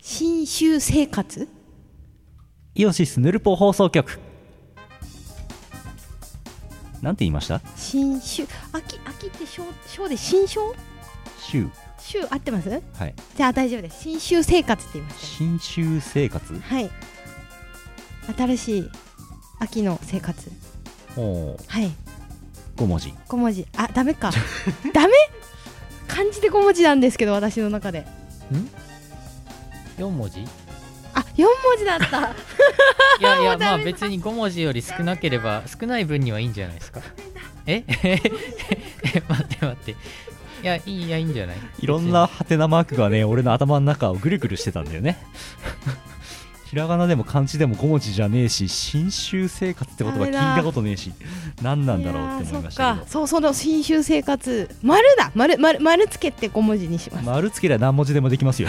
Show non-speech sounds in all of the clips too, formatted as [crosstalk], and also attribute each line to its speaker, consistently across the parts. Speaker 1: 新州生活
Speaker 2: イオシスヌルポ放送局なんて言いました
Speaker 1: 新州秋秋って小小で新小
Speaker 2: 週
Speaker 1: 州合ってます
Speaker 2: はい
Speaker 1: じゃあ大丈夫です新州生活って言いました
Speaker 2: 新州生活
Speaker 1: ねはい新しい秋の生活
Speaker 2: おー
Speaker 1: はい
Speaker 2: 5文字
Speaker 1: 5文字あダメ
Speaker 2: [laughs]
Speaker 1: かダメ漢字で5文字なんですけど私の中で [laughs]
Speaker 3: 4文字い
Speaker 1: あ4文字だった
Speaker 3: やいや
Speaker 1: ダメだ
Speaker 3: まあ別に5文字より少なければ少ない分にはいいんじゃないですかえ [laughs] 待って待っていやいいいやいいんじゃない
Speaker 2: いろんなハテナマークがね俺の頭の中をぐるぐるしてたんだよね [laughs] ひらがなでも漢字でも5文字じゃねえし新州生活って言葉聞いたことねえし何なんだろうって思いました
Speaker 1: やーそ
Speaker 2: け
Speaker 1: っか
Speaker 2: ど
Speaker 1: そうその新州生活丸だ丸丸丸つけて5文字にします
Speaker 2: 丸つけりゃ何文字でもできますよ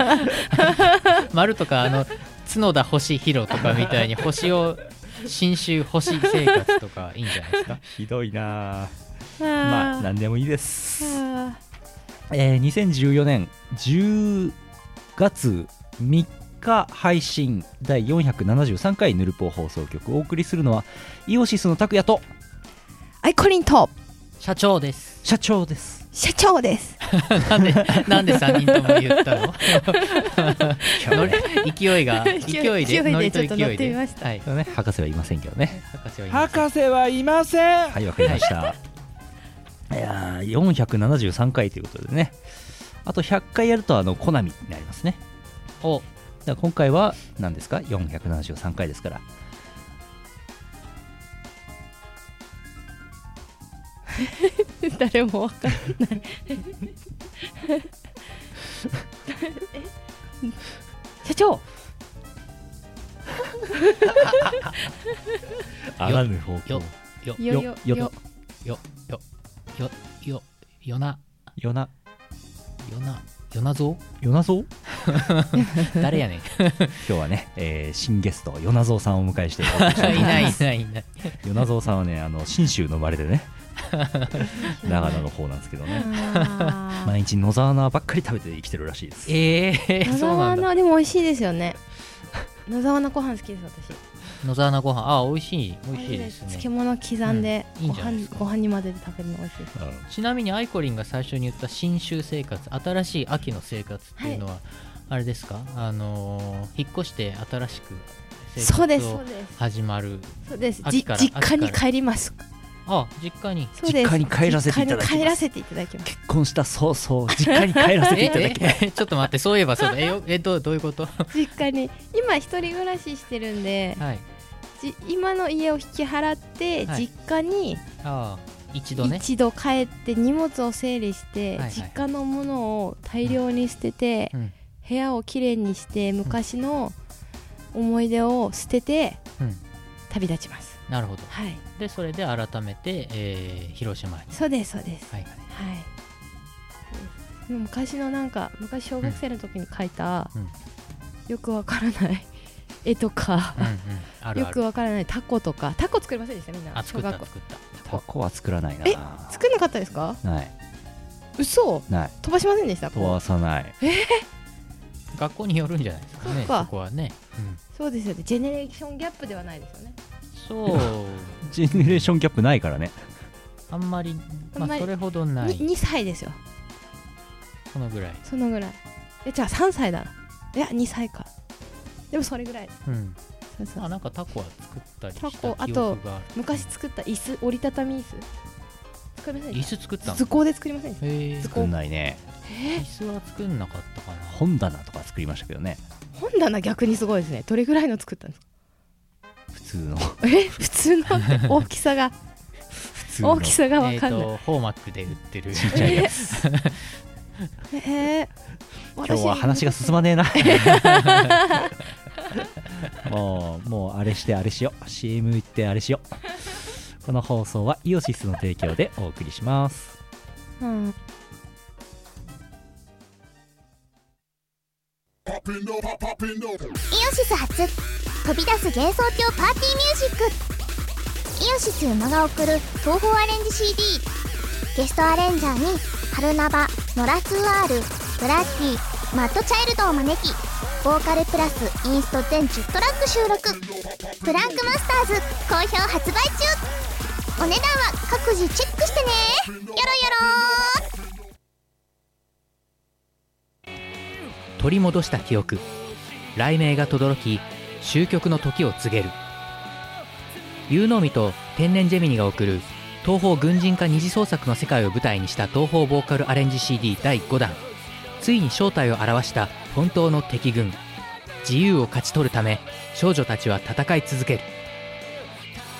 Speaker 2: [laughs]
Speaker 3: 丸とかあの角田星弘とか
Speaker 1: [laughs]
Speaker 3: みたいに星を新州星生活とかいいんじゃないですか
Speaker 2: ひどいなあ
Speaker 1: あー
Speaker 2: まあ何でもいいです、
Speaker 1: あ
Speaker 2: えー2014年10月3日配信第473回ヌルポ放送局お送りするのはイオシスの拓也と
Speaker 1: ーアイコリンと
Speaker 3: 社長です
Speaker 2: 社長です
Speaker 1: 社長です
Speaker 3: なんでなんで3人とも言ったのノリ勢いが
Speaker 1: 勢い
Speaker 3: 勢い
Speaker 1: 勢い
Speaker 3: で
Speaker 1: で
Speaker 3: ノリと勢い
Speaker 1: ちょ
Speaker 3: で
Speaker 1: っと乗ってみました
Speaker 3: はい
Speaker 2: ね博士はいませんけどね
Speaker 3: 博士はいます
Speaker 4: 博士はいません
Speaker 2: はいわかりましたいやー473回ということでねあと100回やるとあのコナミになりますね
Speaker 3: お
Speaker 2: だから今回は何ですか473回ですから
Speaker 1: 誰もわかんないえ [laughs] 社長
Speaker 2: あらぬ方向
Speaker 3: よよ
Speaker 1: よよよ
Speaker 2: よ
Speaker 3: よよよよよな
Speaker 2: 夜な
Speaker 3: よなよなぞ
Speaker 2: 夜なぞ
Speaker 3: 誰 [laughs] やねん
Speaker 2: 今日はね、えー新ゲスト与那蔵さんをお迎
Speaker 1: [laughs]
Speaker 2: えしてお送りしたと思
Speaker 3: いない
Speaker 2: ま
Speaker 3: い
Speaker 2: す
Speaker 3: ないいない
Speaker 2: 与那蔵さんはねあの信州の生まれで
Speaker 1: [laughs]
Speaker 2: ね長野の方なんですけどね
Speaker 1: あー
Speaker 2: 毎日野沢菜ばっかり食べて生きてるらしいです
Speaker 3: ええ
Speaker 1: [laughs] 野
Speaker 3: [laughs] そうな
Speaker 1: 沢
Speaker 3: んだ
Speaker 1: 菜でも美味しいですよね野沢菜ご飯好きです私
Speaker 3: 野沢菜ご飯あ美味しい美味しいです
Speaker 1: 漬
Speaker 3: ね
Speaker 1: 物刻んで
Speaker 3: うんいい
Speaker 1: ご
Speaker 3: んじゃないで
Speaker 1: 飯
Speaker 3: すか
Speaker 1: ご飯に混ぜて食べるの美味しいです
Speaker 2: うん
Speaker 3: ちなみにアイコリンが最初に言った新州生活新しい秋の生活っていうのは、あれですかあのー引っ越して新しく
Speaker 1: そう
Speaker 3: 生
Speaker 1: ですそ
Speaker 3: 活
Speaker 1: う
Speaker 3: を
Speaker 1: です
Speaker 3: 始まる
Speaker 1: そうですじ
Speaker 3: 秋から
Speaker 1: 実家に
Speaker 3: 秋か
Speaker 1: 帰ります
Speaker 3: あ実家に
Speaker 1: そうです
Speaker 2: 実家に帰らせていただきます
Speaker 1: 実家に帰らせていただきます
Speaker 2: 結婚した早々実家に帰らせていただき
Speaker 3: ええ [laughs] ちょっと待ってそういえば [laughs] そうだえよえどうどういうことは
Speaker 1: 実家に今一人暮らししてるんで
Speaker 3: い
Speaker 1: じ今の家を引き払って
Speaker 3: はい
Speaker 1: 実家に
Speaker 3: ああ一度ね
Speaker 1: 一度帰って荷物を整理して
Speaker 3: はいはい
Speaker 1: 実家のものを大量に捨てて
Speaker 3: うん
Speaker 1: 部屋をきれいにして昔の思い出を捨てて
Speaker 3: うん
Speaker 1: 旅立ちます
Speaker 3: なるほど
Speaker 1: はい
Speaker 3: でそれで改めて、えー広島に
Speaker 1: そうですそうです
Speaker 3: はいはい
Speaker 1: はい昔のなんか昔小学生の時に描いた
Speaker 3: うん
Speaker 1: よくわからない絵とか
Speaker 3: うんうんある
Speaker 1: よ
Speaker 3: あ
Speaker 1: く
Speaker 3: る
Speaker 1: わからないタコとかタコ作りませんでしたみんな
Speaker 3: あ作
Speaker 1: 小
Speaker 3: った
Speaker 1: 学校
Speaker 3: 作った
Speaker 2: タコは作らないな
Speaker 1: え作んなかったですか
Speaker 2: ない
Speaker 1: 嘘
Speaker 2: ない
Speaker 1: 飛ばしませんでした
Speaker 2: 飛ばさない
Speaker 3: 学校によるんじゃないですか
Speaker 1: そ
Speaker 3: ね
Speaker 1: っ
Speaker 3: そ
Speaker 1: か
Speaker 3: こはね、うん
Speaker 1: そうですよねジェネレーションギャップではないですよね
Speaker 3: そう
Speaker 2: ジェネレーションギャップないからね
Speaker 3: [laughs] あんまり、
Speaker 1: あん
Speaker 3: ま
Speaker 1: ま
Speaker 3: あ、
Speaker 1: り
Speaker 3: それほどない
Speaker 1: に2歳ですよ
Speaker 3: このぐらい、
Speaker 1: そのぐらいえじゃあ3歳だないや2歳かでもそれぐらい
Speaker 3: うん、
Speaker 1: そうそう
Speaker 3: まあなんかタコは作ったりした
Speaker 1: タコあと
Speaker 3: 記憶がある
Speaker 1: 昔作った椅子折りたたみ椅子作りませんで
Speaker 3: 椅
Speaker 1: し
Speaker 3: 子作った
Speaker 1: た
Speaker 3: の
Speaker 1: 図工で作りませんでし
Speaker 3: へー
Speaker 1: 図
Speaker 2: 作んないね
Speaker 1: たえ
Speaker 3: 椅子は作んなかったかな
Speaker 2: 本棚とか作りましたけどね
Speaker 1: 本棚逆にすごいですねどれぐらいの作ったんですか
Speaker 2: 普通の
Speaker 1: え普通のって大きさが
Speaker 2: 普通の
Speaker 1: 大きさがわ
Speaker 3: えっ、
Speaker 1: かんない
Speaker 3: とホーマックで売っ
Speaker 1: [laughs]
Speaker 3: てる
Speaker 2: ちっちゃいや
Speaker 1: ええ
Speaker 2: 今日は話が進ま
Speaker 1: ない
Speaker 2: ねえな [laughs] もうもうあれしてあれしよう CM 行ってあれしようこの放送はイオシスの提供でお送りします
Speaker 1: うん
Speaker 5: イオシス初飛び出す幻想郷パーティーミュージックイオシス馬が送る東宝アレンジ CD ゲストアレンジャーに「春ナバ」「ノラツアール」「ブラッディ」マッドチャイルドを招きボーカルプラスインスト全10トラック収録ブランクマスターズ好評発売中お値段は各自チェックしてねよろよろ
Speaker 3: 取り戻した記憶雷鳴が轟き終局の時を告げる有能美と天然ジェミニが送る東方軍人化二次創作の世界を舞台にした東方ボーカルアレンジ CD 第5弾ついに正体を表した本当の敵軍自由を勝ち取るため少女たちは戦い続ける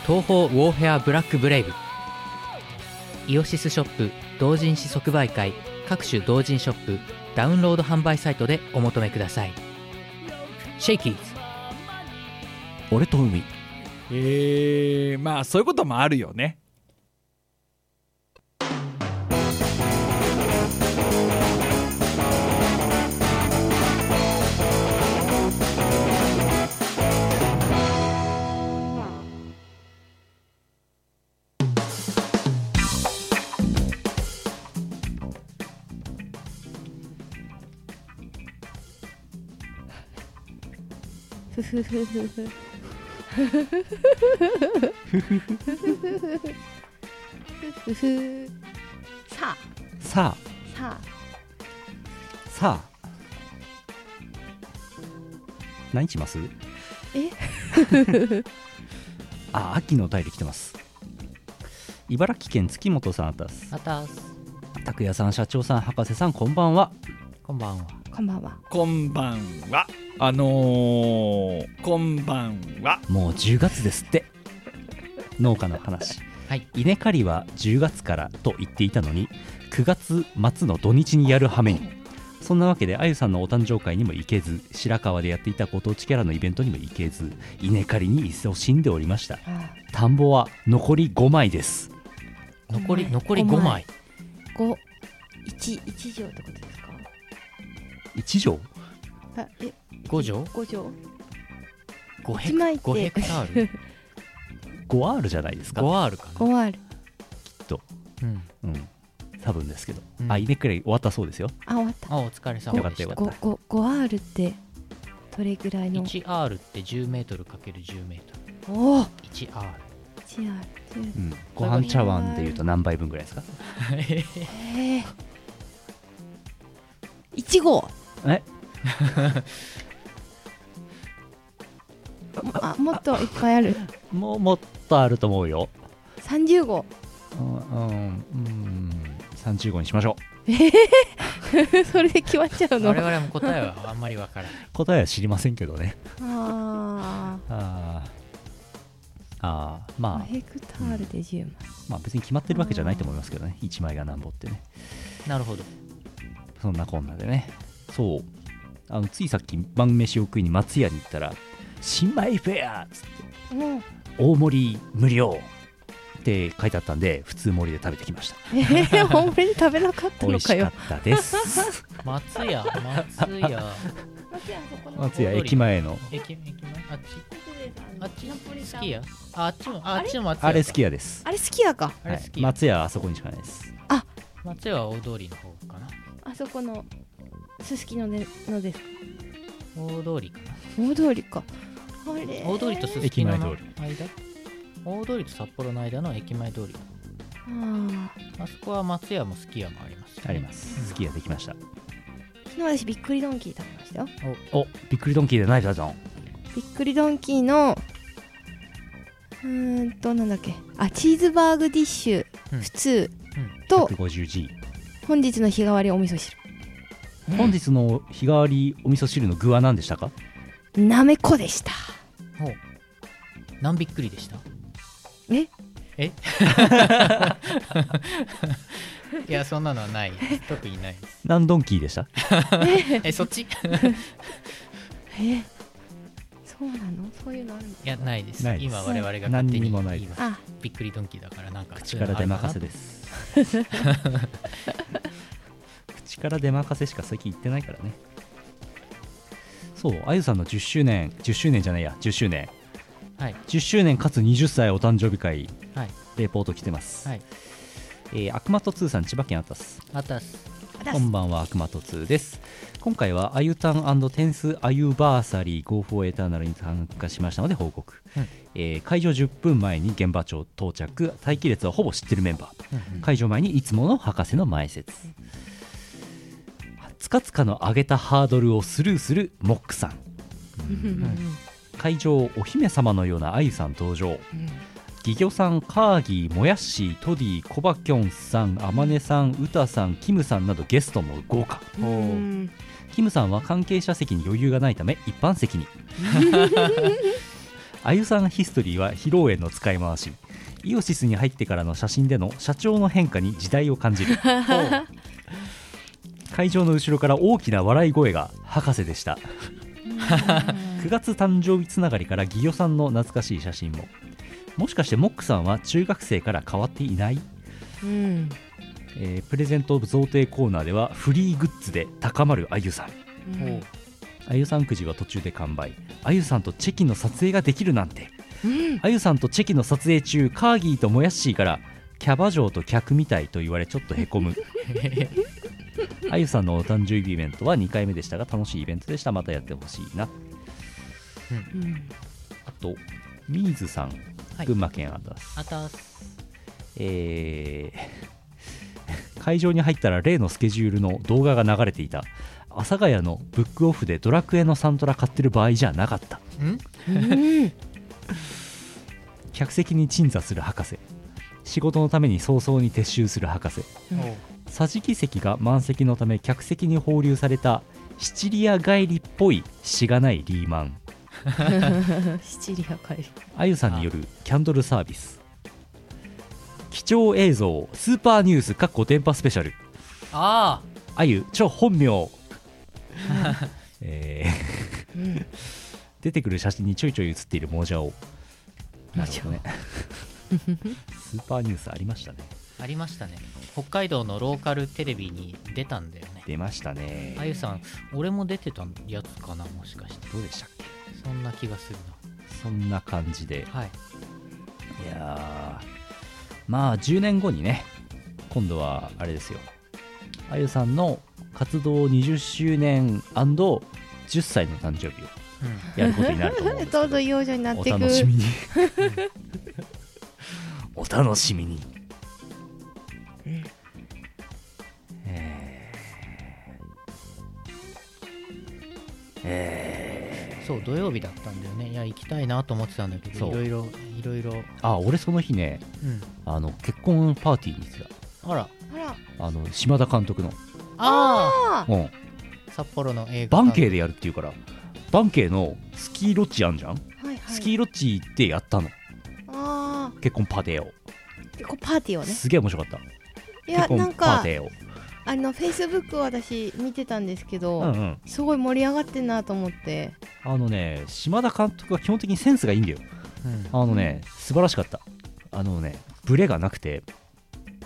Speaker 3: 東方ウォーフェアブラックブレイブイオシスショップ同人誌即売会各種同人ショップダウンロード販売サイトでお求めくださいシェイキーズ
Speaker 2: 俺と海
Speaker 4: えー、まあそういうこともあるよね
Speaker 1: ふふふふふふふさ
Speaker 2: さ
Speaker 1: あさあ
Speaker 2: あさあ何します
Speaker 1: え
Speaker 2: [laughs] あ秋のお便り来てます茨城県月本さんあたす
Speaker 3: また
Speaker 2: 拓也さん社長さん博士さんこんばんは
Speaker 3: こんばんは
Speaker 1: こんばんは
Speaker 4: こんばんはあのー、こんばんは
Speaker 2: もう10月ですって農家の話
Speaker 3: はい
Speaker 2: 稲刈りは10月からと言っていたのに9月末の土日にやる羽目にそんなわけであゆさんのお誕生会にも行けず白川でやっていたご当地キャラのイベントにも行けず稲刈りに勤しんでおりました
Speaker 1: あ
Speaker 2: 田んぼは残り5枚です
Speaker 3: 残り
Speaker 1: 五枚
Speaker 3: 残り5
Speaker 1: 五枚
Speaker 3: 枚
Speaker 1: 五一一条ってことですか
Speaker 2: 1畳
Speaker 1: あえ
Speaker 3: 5畳
Speaker 1: 五条
Speaker 3: 5ヘ
Speaker 1: 一枚って
Speaker 3: ク5ヘクタール
Speaker 2: 5R じゃないですか
Speaker 3: 5R かな、
Speaker 1: [laughs] 五ある
Speaker 3: うん、
Speaker 2: うん多分ですけど、
Speaker 3: うん
Speaker 2: あ稲刈り終わったそうですよ
Speaker 1: あ終わった
Speaker 3: あお疲れ様
Speaker 2: よかっ
Speaker 3: で
Speaker 2: たよ
Speaker 3: した
Speaker 2: か
Speaker 1: 五
Speaker 2: った
Speaker 1: 五五 R ってどれぐらいの
Speaker 3: 1R って1 0ルかける1 0ル
Speaker 1: おお
Speaker 3: 1R
Speaker 1: 一 R
Speaker 2: うん、ご飯茶碗でいうと何杯分ぐらいですか
Speaker 1: ええ一号
Speaker 2: え
Speaker 1: あもっといっぱいある
Speaker 2: もうもっとあると思うよ
Speaker 1: 三十号 [laughs]
Speaker 2: うんうんうん35にしましょう
Speaker 1: それで決まっちゃうの
Speaker 3: 我々も答えはあんまりわからない
Speaker 2: 答えは知りませんけどね
Speaker 1: あ
Speaker 2: あーあー
Speaker 1: あ
Speaker 2: まあ
Speaker 1: ヘクタールで10万
Speaker 2: まあ別に決まってるわけじゃないと思いますけどね1枚がなんぼってね
Speaker 3: なるほど
Speaker 2: そんなこんなでねそうあのついさっき晩飯を食いに松屋に行ったら「新米フェア!」っつって
Speaker 1: もう
Speaker 2: 「大盛り無料!」って書いてあったんで普通盛りで食べてきました
Speaker 1: えー、 [laughs] 本当に食べなかった
Speaker 2: 美
Speaker 1: の
Speaker 2: 味
Speaker 1: か
Speaker 2: しか
Speaker 1: よ
Speaker 2: った [laughs] です
Speaker 3: 松屋松
Speaker 1: [laughs]
Speaker 3: 屋
Speaker 2: 松屋駅前の
Speaker 3: 駅駅前あっちあっち
Speaker 1: ナポリタン
Speaker 3: 好きやああっちもああっちも松屋か
Speaker 2: あれ好き屋です
Speaker 1: あれ好きやか
Speaker 3: あれ
Speaker 2: は
Speaker 3: 好
Speaker 2: い
Speaker 3: きや、
Speaker 2: 松屋はあそこにしかないです
Speaker 3: 松屋は大通りの方かな
Speaker 1: あそこのすすきのねのです
Speaker 3: 大通りかな
Speaker 1: 大通りかあれ
Speaker 3: 大通りとすすきのの
Speaker 2: 駅
Speaker 3: 間大通りと札幌の間の駅前通り
Speaker 1: あー
Speaker 3: あそこは松屋もすき家もありますよね
Speaker 2: あります好き屋できました
Speaker 1: 昨日私びっくりドンキー食べましたよ
Speaker 2: おびっくりドンキーでないだぞ
Speaker 1: びっくりドンキーのうーんとなんだっけあチーズバーグディッシュ、
Speaker 3: うん
Speaker 1: 普通
Speaker 3: うん
Speaker 1: と
Speaker 2: 150G
Speaker 1: 本日の日替わりお味噌汁
Speaker 2: 本日の日替わりお味噌汁の具は何でしたか
Speaker 1: なめこでした
Speaker 3: ほう何びっくりで [laughs] した
Speaker 1: え
Speaker 3: えいやそんなのはない [laughs] 特にないです
Speaker 2: 何ドンキーでした
Speaker 3: えそっち [laughs] い
Speaker 1: えそうなのそういうのあるの
Speaker 3: やないです
Speaker 2: ないです
Speaker 3: 今我々が勝手
Speaker 2: 何に
Speaker 3: に
Speaker 2: もない
Speaker 3: 言いました
Speaker 1: あ
Speaker 3: びっくりドンキーだからなんか
Speaker 2: 口から出任せ
Speaker 3: で [laughs]
Speaker 2: です口から出任せしか最近言ってないからねそうあゆさんの10周年10周年じゃないや10周年
Speaker 3: はい
Speaker 2: 10周年かつ20歳お誕生日会
Speaker 3: はい
Speaker 2: レポート来てます、
Speaker 3: はい
Speaker 2: えー、悪魔と通さん千葉県あたす
Speaker 3: あたす
Speaker 1: だ
Speaker 2: こんばんは、悪魔とつです。今回は、アユタンテンスアユバーサリー Go for Eternal に参加しましたので報告、
Speaker 4: うん
Speaker 2: えー会場10分前に現場長到着、待機列はほぼ知ってるメンバー、会場前にいつもの博士の前説、つかつかの上げたハードルをスルーするモックさん、会場お姫様のようなあゆさん登場、ギギョさんカーギーもやっしートディコバキョンさんあまねさんうたさんキムさんなどゲストも豪華
Speaker 1: うん
Speaker 2: キムさんは関係者席に余裕がないため一般席にあゆさんヒストリーは披露宴の使い回しイオシスに入ってからの写真での社長の変化に時代を感じる会場の後ろから大きな笑い声が博士でした9月誕生日つながりからギヨさんの懐かしい写真ももしかしてモックさんは中学生から変わっていない、
Speaker 1: うん
Speaker 2: えープレゼント贈呈コーナーではフリーグッズで高まるあゆさん
Speaker 3: [laughs]
Speaker 1: うん
Speaker 2: あゆさんくじは途中で完売あゆさんとチェキの撮影ができるなんてあゆさんとチェキの撮影中カーギーともやっしーからキャバ嬢と客みたいと言われちょっとへこむあゆさんのお誕生日イベントは2回目でしたが楽しいイベントでしたまたやってほしいな
Speaker 1: うん
Speaker 2: あとミーズさん、
Speaker 3: はい
Speaker 2: 群馬県アタス
Speaker 3: あたす
Speaker 2: えー会場に入ったら例のスケジュールの動画が流れていた阿佐ヶ谷のブックオフでドラクエのサントラ買ってる場合じゃなかった
Speaker 1: うん
Speaker 2: 客席に鎮座する博士仕事のために早々に撤収する博士
Speaker 1: うん
Speaker 2: 桟敷席が満席のため客席に放流されたシチリア帰りっぽいしがないリーマン
Speaker 1: シチリア帰り
Speaker 2: あゆさんによるキャンドルサービス貴重映像スーパーニュースかっこ電波スペシャル
Speaker 3: あ
Speaker 2: あゆ超本
Speaker 1: [laughs]
Speaker 2: 名えー
Speaker 1: うん
Speaker 2: 出てくる写真にちょいちょい写っているモジャオなるほどね
Speaker 1: [laughs]
Speaker 2: スーパーニュースありましたね
Speaker 3: あありましたね北海道のローカルテレビに出たんだよね
Speaker 2: 出ましたね
Speaker 3: あゆさん俺も出てたやつかなもしかして
Speaker 2: どうでしたっけ
Speaker 3: そんな気がする
Speaker 2: そんな感じで
Speaker 3: なはい
Speaker 2: いやーまあ10年後にね今度はあれですよあゆさんの活動20周年 &10 歳の誕生日を
Speaker 3: うん
Speaker 2: やることになると思うんですけ
Speaker 1: [laughs] ど
Speaker 2: ど
Speaker 1: うぞ養女になっ
Speaker 2: お
Speaker 1: てく
Speaker 2: 楽
Speaker 1: [laughs]
Speaker 2: しみにお楽しみに、えーえ
Speaker 3: そう土曜日だったんだよねいや行きたいなと思ってたんだけ
Speaker 2: そ
Speaker 3: ど
Speaker 2: う
Speaker 3: いろいろいろいろ
Speaker 2: ーあ俺その日ね
Speaker 3: うん
Speaker 2: あの結婚パーティーに行って
Speaker 3: あら
Speaker 1: あら
Speaker 2: たあの島田監督の、
Speaker 3: あ
Speaker 1: あ
Speaker 2: うん、
Speaker 3: あ札幌の映画
Speaker 2: バンケ
Speaker 3: ー
Speaker 2: イでやるっていうからバンケイのスキーロッジあんじゃん、
Speaker 1: ーはいはい
Speaker 2: スキーロッジ行ってやったの
Speaker 1: あ
Speaker 2: 結婚パーティーを、
Speaker 1: あ結構パーティーをね
Speaker 2: すげえ面白かった
Speaker 1: いや
Speaker 2: 結
Speaker 1: な
Speaker 2: 婚
Speaker 1: ん
Speaker 2: パー
Speaker 1: か
Speaker 2: ティーを
Speaker 1: あのフェイスブックを私見てたんですけど、
Speaker 2: うんうん
Speaker 1: すごい盛り上がってんなと思って
Speaker 2: あのね島田監督は基本的にセンスがいいんだよあのね、素晴らしかった。あのね、ブレがなくて、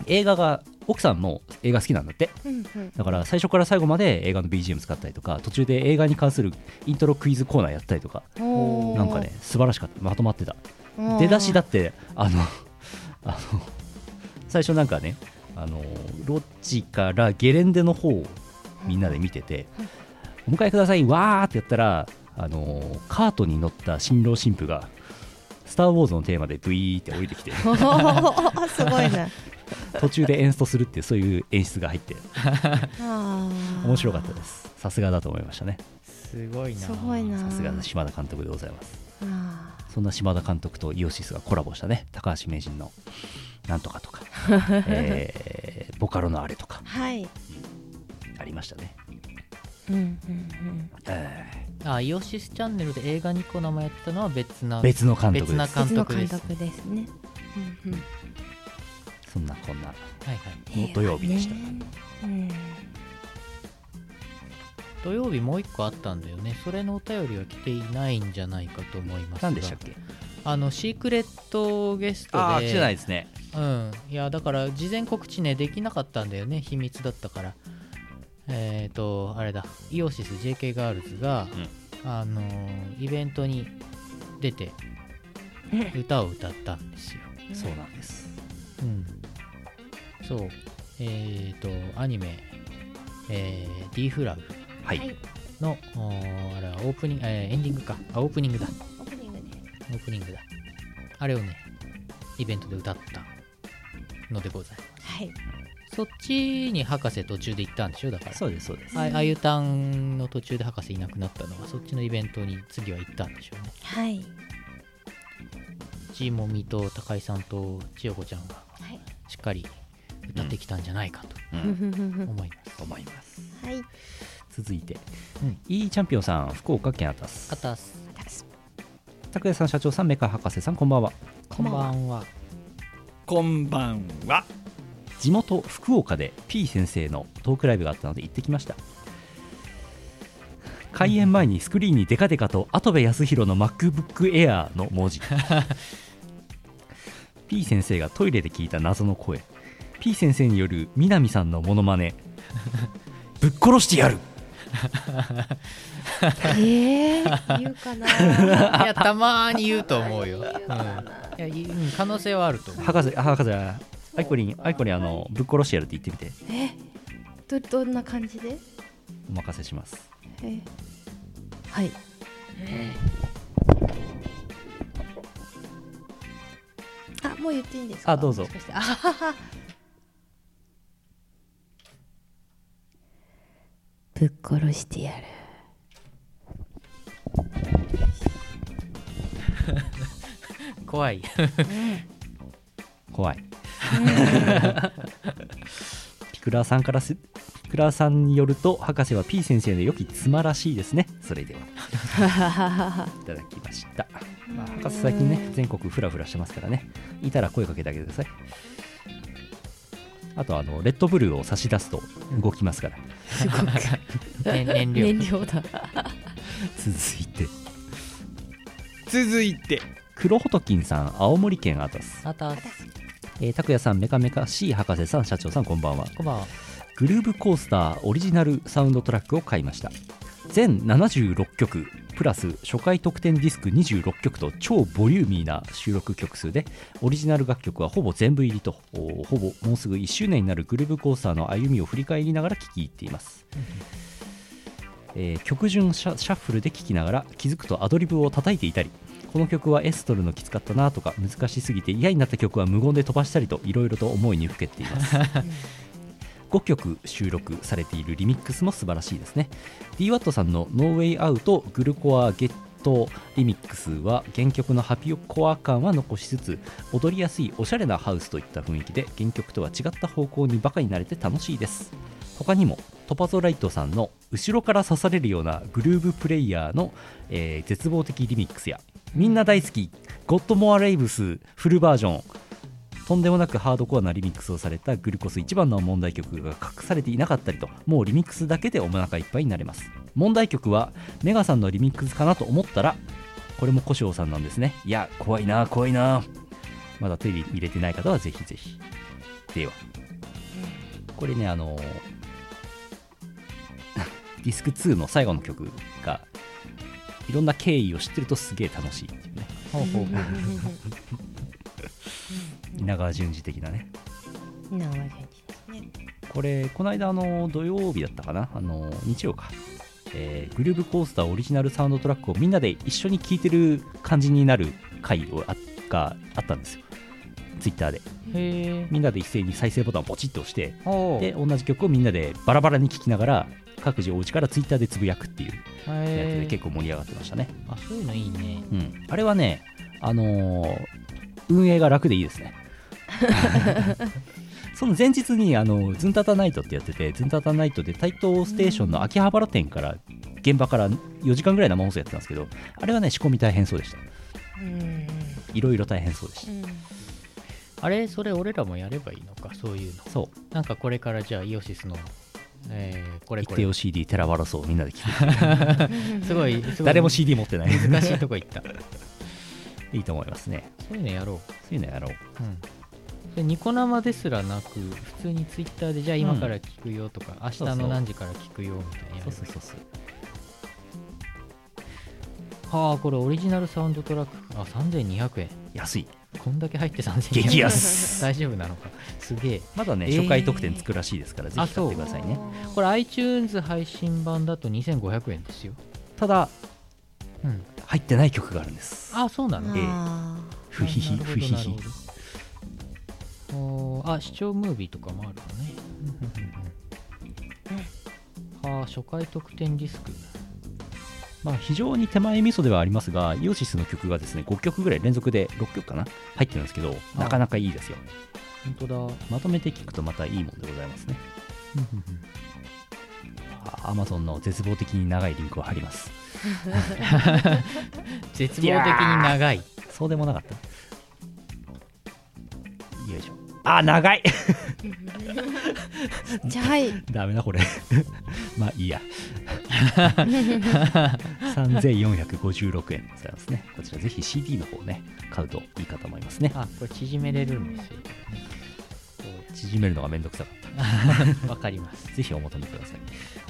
Speaker 2: 映画が、奥さんも映画好きなんだって。
Speaker 1: うんうん
Speaker 2: だから最初から最後まで映画の BGM 使ったりとか、途中で映画に関するイントロクイズコーナーやったりとか、
Speaker 1: おー
Speaker 2: なんかね、素晴らしかった。まとまってた。
Speaker 1: うん
Speaker 2: 出だしだって、あの、あの、最初なんかね、あの、ロッジからゲレンデの方をみんなで見てて、お迎えください、わーってやったら、あのカートに乗った新郎新婦が、スター・ウォーズのテーマでブイーって降り
Speaker 1: [laughs]
Speaker 2: てきて、
Speaker 1: おーすごい
Speaker 2: [laughs]
Speaker 1: な
Speaker 2: 途中で演出するっていう、そういう演出が入って、面
Speaker 1: 面
Speaker 2: 白かったです。さすがだと思いましたね。
Speaker 3: すごいな
Speaker 1: すごいな
Speaker 2: さすが島田監督でございます。
Speaker 1: あ
Speaker 2: そんな島田監督とイオシスがコラボしたね、高橋名人のなんとかとか、えーボカロのあれとか
Speaker 1: ーはい
Speaker 2: ありましたね。
Speaker 1: うんうん
Speaker 2: え
Speaker 3: あイオシスチャンネルで映画2個名前やってたのは別な
Speaker 2: ー別の監督
Speaker 3: 別
Speaker 2: で
Speaker 3: な
Speaker 2: す。
Speaker 1: うん別
Speaker 3: 監
Speaker 1: の
Speaker 3: 督で
Speaker 1: 監
Speaker 3: すは
Speaker 1: 督ですねうんうん
Speaker 2: そんなこんない
Speaker 3: はい
Speaker 2: の土曜日でした。
Speaker 1: うん
Speaker 3: 土曜日もう1個あったんだよねそれのお便りは来ていないんじゃないかと思いますが
Speaker 2: 何でしたっけ
Speaker 3: あのシークレットゲストで
Speaker 2: ああ、来てないですね。
Speaker 3: うんいやだから事前告知ねできなかったんだよね秘密だったからえっ、とあれだイオシス JK ガールズが、あのーイベントに出て歌を歌ったんですよ、
Speaker 2: そうなんです。
Speaker 3: うん、そうえっ、とアニメえー、D フラグ
Speaker 2: はい、
Speaker 1: はい
Speaker 3: の、おーあれはオープニング、えーエンディングか。あ、オープニングだ。
Speaker 1: オープニングね
Speaker 3: オープニングだ。あれをね、イベントで歌ったのでございま
Speaker 1: はい
Speaker 3: す。そっちに博士途中で行ったんでしょだから。
Speaker 2: そうですそうです
Speaker 3: ああゆたんの途中で博士いなくなったのが、そっちのイベントに次は行ったんでしょうね。
Speaker 1: はい
Speaker 3: ちもみと高井さんと千代子ちゃんが
Speaker 1: はい
Speaker 3: しっかり歌ってきたんじゃないかと
Speaker 1: [laughs]
Speaker 3: 思います。
Speaker 2: 思います
Speaker 1: はい
Speaker 2: 続いて、いいチャンピオンさん福岡県あたす
Speaker 3: あたす。
Speaker 2: 拓也さん社長さんメカ博士さんこんばんは
Speaker 3: こんばんは。
Speaker 4: こんばんは
Speaker 2: 地元福岡で P 先生のトークライブがあったので行ってきました開演前にスクリーンにデカデカ [laughs] と跡部康弘の MacBookAir の [laughs] 文字 P 先生がトイレで聞いた謎の声 P 先生による南さんのモノマ [laughs] ネぶっ殺してやる
Speaker 1: えー、言うかな
Speaker 3: [laughs] [laughs] いや、たまーに言うと思うよ。うん。い
Speaker 1: 言うかな
Speaker 3: や、いうん可能性はあると思う。
Speaker 2: 博士あ博士アイコリンアイコリンあのぶっ殺してやるって言ってみて
Speaker 1: えどどんな感じで
Speaker 2: お任せします
Speaker 1: えはいあもう言っていいんですか
Speaker 2: あどうぞ
Speaker 1: もしかしてあははぶっ殺してやる
Speaker 3: 怖い。
Speaker 2: 怖いピクラーさんからすピクラーさんによると博士は P 先生の良き妻らしいですねそれではいただきました、まあ、博士最近ね全国フラフラしてますからねいたら声かけてあげてくださいあとあのレッドブルーを差し出すと動きますから
Speaker 1: す
Speaker 3: [laughs]
Speaker 1: ごく
Speaker 3: 燃燃料。
Speaker 1: 燃料だ
Speaker 2: 続いて
Speaker 4: 続いて
Speaker 2: 黒ほときんさん青森県アタス
Speaker 3: あたす。
Speaker 2: えー拓也さんメカメカ C 博士さん社長さんこんばんは
Speaker 3: こんばんは。
Speaker 2: グルーブコースターオリジナルサウンドトラックを買いました全76曲プラス初回特典ディスク26曲と超ボリューミーな収録曲数でオリジナル楽曲はほぼ全部入りとおほぼもうすぐ1周年になるグルーブコースターの歩みを振り返りながら聴き入っています、えー曲順シャシャッフルで聴きながら気づくとアドリブを叩いていたりこの曲はエストルのきつかったなとか難しすぎて嫌になった曲は無言で飛ばしたりといろいろと思いにふけっています5曲収録されているリミックスも素晴らしいですね DWAT さんの「ノーウェイアウトグルコアゲットリミックスは原曲のハピオコア感は残しつつ踊りやすいおしゃれなハウスといった雰囲気で原曲とは違った方向にバカになれて楽しいです他にもトパゾライトさんの後ろから刺されるようなグルーブプレイヤーの、えー絶望的リミックスやみんな大好きゴッドモアレイブスフルバージョンとんでもなくハードコアなリミックスをされたグルコス一番の問題曲が隠されていなかったりともうリミックスだけでお腹いっぱいになれます問題曲はメガさんのリミックスかなと思ったらこれもコショウさんなんですねいや怖いな怖いなまだ手に入れてない方はぜひぜひではこれねあの [laughs] ディスク2の最後の曲がいろんな経緯を知ってるとすげえ楽しいっていうね
Speaker 3: ほうほう。
Speaker 2: 稲川淳二的なね
Speaker 1: なわけですね
Speaker 2: これこの間あの土曜日だったかなあの日曜か、えーグルーブコースターオリジナルサウンドトラックをみんなで一緒に聴いてる感じになる回をあがあったんですよツイッターで
Speaker 3: へえ。
Speaker 2: みんなで一斉に再生ボタンをポチッと押して
Speaker 3: おお。
Speaker 2: で
Speaker 3: へ
Speaker 2: 同じ曲をみんなでバラバラに聴きながら各自お家からツイッターでつぶやくっていうやつで
Speaker 3: え。
Speaker 2: 結構盛り上がってましたね、
Speaker 3: あ、そういうのいいね。
Speaker 2: うん、あれはねあのー運営が楽でいいですね
Speaker 3: [laughs]
Speaker 2: その前日にあのズンタタナイトってやっててズンタタナイトで台東ステーションの秋葉原店から現場から4時間ぐらい生放送やってたんですけどあれはね仕込み大変そうでした
Speaker 1: うん
Speaker 2: いろいろ大変そうでし
Speaker 1: うん
Speaker 3: あれ、それ俺らもやればいいのか、そういうの
Speaker 2: た。そう
Speaker 3: なんかこれからじゃあ、イオシスの、えー、これ
Speaker 2: 一
Speaker 3: こ
Speaker 2: 定
Speaker 3: れ
Speaker 2: を。CD テラワロソをみんなで聴
Speaker 3: [laughs]
Speaker 2: く
Speaker 3: すごい、すごい
Speaker 2: 誰も CD 持ってない
Speaker 3: 難しいとこ行った。
Speaker 2: いいと思いますね
Speaker 3: そういうのやろう。
Speaker 2: そういうのやろう
Speaker 3: うんそれニコ生ですらなく普通にツイッターでじゃあ今から聞くよとか、明日
Speaker 2: そうそ
Speaker 3: の
Speaker 2: う
Speaker 3: 何時から聞くよみたいなや
Speaker 2: そう
Speaker 3: つ
Speaker 2: そうそうそう
Speaker 3: はあこれオリジナルサウンドトラックあ3200円
Speaker 2: 安い
Speaker 3: こんだけ入って3000円
Speaker 2: 激安
Speaker 3: [laughs] 大丈夫なのかすげえ
Speaker 2: まだね、
Speaker 3: えー
Speaker 2: 初回特典つくらしいですからぜ
Speaker 3: あ
Speaker 2: ひ買っ
Speaker 3: そう
Speaker 2: てくださいね
Speaker 3: これ iTunes 配信版だと2500円ですよ
Speaker 2: ただ
Speaker 3: うん
Speaker 2: 入ってない曲があるんです
Speaker 3: あそうなの
Speaker 2: ええ
Speaker 1: あ
Speaker 2: ふひひ
Speaker 3: なるほ
Speaker 2: ふ
Speaker 3: ど
Speaker 2: ひ
Speaker 3: なる
Speaker 2: ひ
Speaker 3: ほどおーあ視聴ムービーとかもあるのねあー初回特典ディスク
Speaker 2: まあ非常に手前味噌ではありますがイオシスの曲がですね5曲ぐらい連続で6曲かな入ってるんですけど
Speaker 3: あ
Speaker 2: なかなかいいですよ
Speaker 3: 本当だ
Speaker 2: まとめて聞くとまたいいもんでございますねアマゾンの絶望的に長いリンクを貼ります
Speaker 3: 絶望的に長い
Speaker 2: そうでもなかったよいしょあ長い [laughs]
Speaker 1: ーじゃあはい
Speaker 3: [laughs]
Speaker 2: ダメだこれ [laughs] まあいいや [laughs] 3456円でございますねこちらぜひ CD の方ね買うといいかと思いますね
Speaker 3: あこれ縮めれるんですよ
Speaker 2: 縮めるのがめんどくさかっ
Speaker 3: わかり [laughs] ます
Speaker 2: たぜひお求めください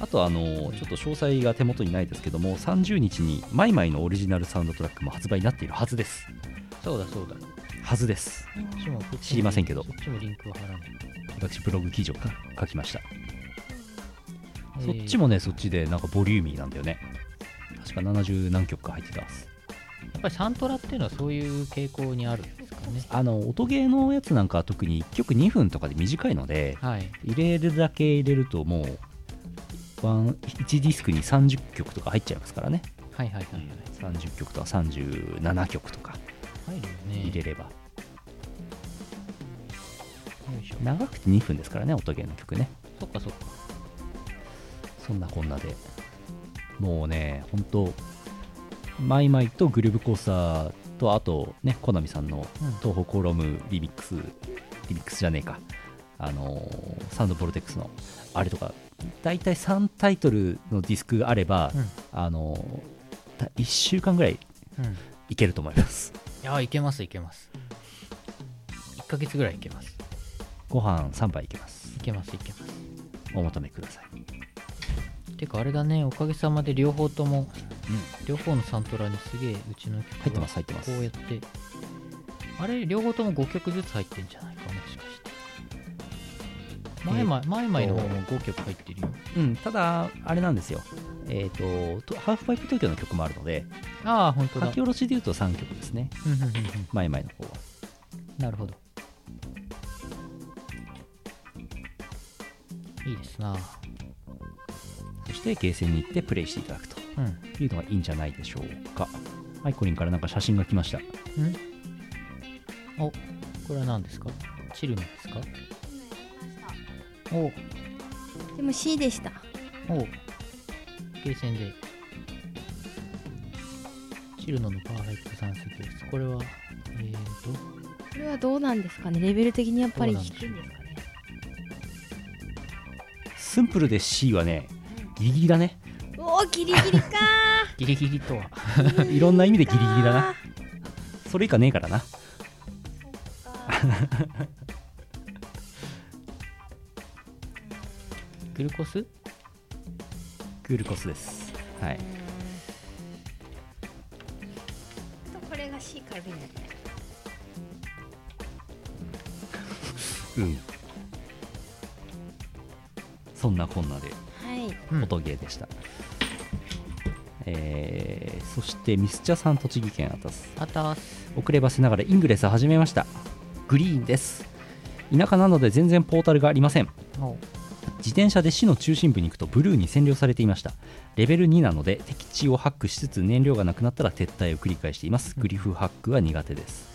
Speaker 2: あとあのーちょっと詳細が手元にないですけども30日にマイマイのオリジナルサウンドトラックも発売になっているはずです
Speaker 3: そうだそうだ
Speaker 2: はずです
Speaker 3: こっちもこっちも
Speaker 2: 知りませんけど
Speaker 3: そっちもリンクを貼らない
Speaker 2: 私ブログ記事を書きましたそっちもね、そっちでなんかボリューミーなんだよね。確か70何曲か入ってたはず
Speaker 3: やっぱりサントラっていうのはそういう傾向にあるんですかね
Speaker 2: あの、音ゲーのやつなんかは特に1曲2分とかで短いので、
Speaker 3: はい
Speaker 2: 入れるだけ入れるともう、ワン1ディスクに30曲とか入っちゃいますからね。
Speaker 3: はいはいはいはい
Speaker 2: 30曲とか37曲とか
Speaker 3: 入るよね
Speaker 2: 入れれば。
Speaker 3: よいしょ
Speaker 2: 長くて2分ですからね、音ゲーの曲ね。
Speaker 3: そっかそっか
Speaker 2: そんなこんなで。もうね、ほんと、マイマイとグルーブコースターと、あとね、コナミさんの
Speaker 3: うん
Speaker 2: 東方コロムリミックス、リミックスじゃねえか、あのーサウンドボルテックスの、あれとか、大体3タイトルのディスクがあれば、
Speaker 3: うん
Speaker 2: あの1週間ぐらい
Speaker 3: うん
Speaker 2: いけると思います。
Speaker 3: いやいけますいけます1ヶ月ぐらいいけます
Speaker 2: ご飯3杯いけます。
Speaker 3: いけますいけます
Speaker 2: お求めください。
Speaker 3: てかあれだねおかげさまで両方とも、両方のサントラにすげえうちの曲が
Speaker 2: 入ってます、入ってま
Speaker 3: こうやっ
Speaker 2: す。
Speaker 3: てあれ両方とも5曲ずつ入ってんじゃないかもしかして
Speaker 2: と
Speaker 3: 前々前々の方も5曲入ってるよ
Speaker 2: うん、ただ、あれなんですよ。えっ、と、とハーフパイプ東京の曲もあるので、
Speaker 3: ああ本当
Speaker 2: 書
Speaker 3: だ
Speaker 2: き下ろしで言うと3曲ですね
Speaker 3: うんうんうんうん
Speaker 2: 前々の方は
Speaker 3: なるほどいいですな
Speaker 2: そしてゲーセンに行ってプレイしていただくと
Speaker 3: うん
Speaker 2: いうのがいいんじゃないでしょうかマイコリンからなんか写真が来ました
Speaker 3: んおこれは何ですかチルノですかお
Speaker 1: でも C でした
Speaker 3: おうゲーセンでチルノのパーフェクト算数教室これはえーと
Speaker 1: これはどうなんですかねレベル的にやっぱり低いんですかね
Speaker 2: シンプルで C はねギリギリだね [laughs]
Speaker 1: おおギリギリか
Speaker 3: ギリギリとは
Speaker 2: いろんな意味 [laughs] でギリギリだなそれ以下ねえからな
Speaker 3: グルコス
Speaker 2: グルコスですはい
Speaker 1: これが C から B になった
Speaker 2: うんそんなこんなで
Speaker 1: はい
Speaker 2: 音ゲーでした、えーそしてミスチャさん栃木県あたす
Speaker 3: あたす
Speaker 2: 遅ればせながらイングレス始めましたグリーンです田舎なので全然ポータルがありません
Speaker 3: お
Speaker 2: 自転車で市の中心部に行くとブルーに占領されていましたレベル2なので敵地をハックしつつ燃料がなくなったら撤退を繰り返していますグリフハックは苦手です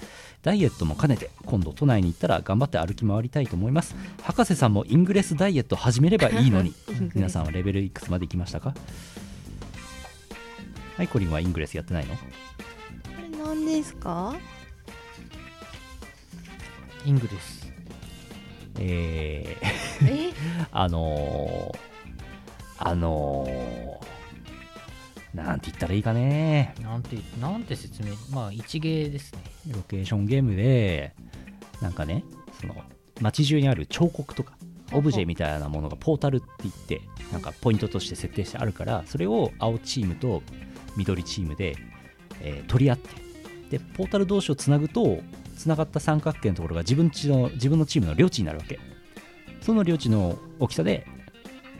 Speaker 2: ダイエットも兼ねて今度都内に行ったら頑張って歩き回りたいと思います博士さんもイングレスダイエット始めればいいのに
Speaker 1: イングレス
Speaker 2: 皆さんはレベルいくつまで行きましたかはいコリンはイングレスやってないの
Speaker 1: これ何ですか
Speaker 3: イングです
Speaker 2: えー、
Speaker 1: え
Speaker 2: あのー、あのー、なんて言ったらいいかね
Speaker 3: なんてなんて説明まあ一芸ですね
Speaker 2: ロケーションゲームでなんかねその街中にある彫刻とかオブジェみたいなものがポータルって言ってなんかポイントとして設定してあるからそれを青チームと緑チームで、えー取り合ってでポータル同士をつなぐとつながった三角形のところが自分ちの自分のチームの領地になるわけその領地の大きさで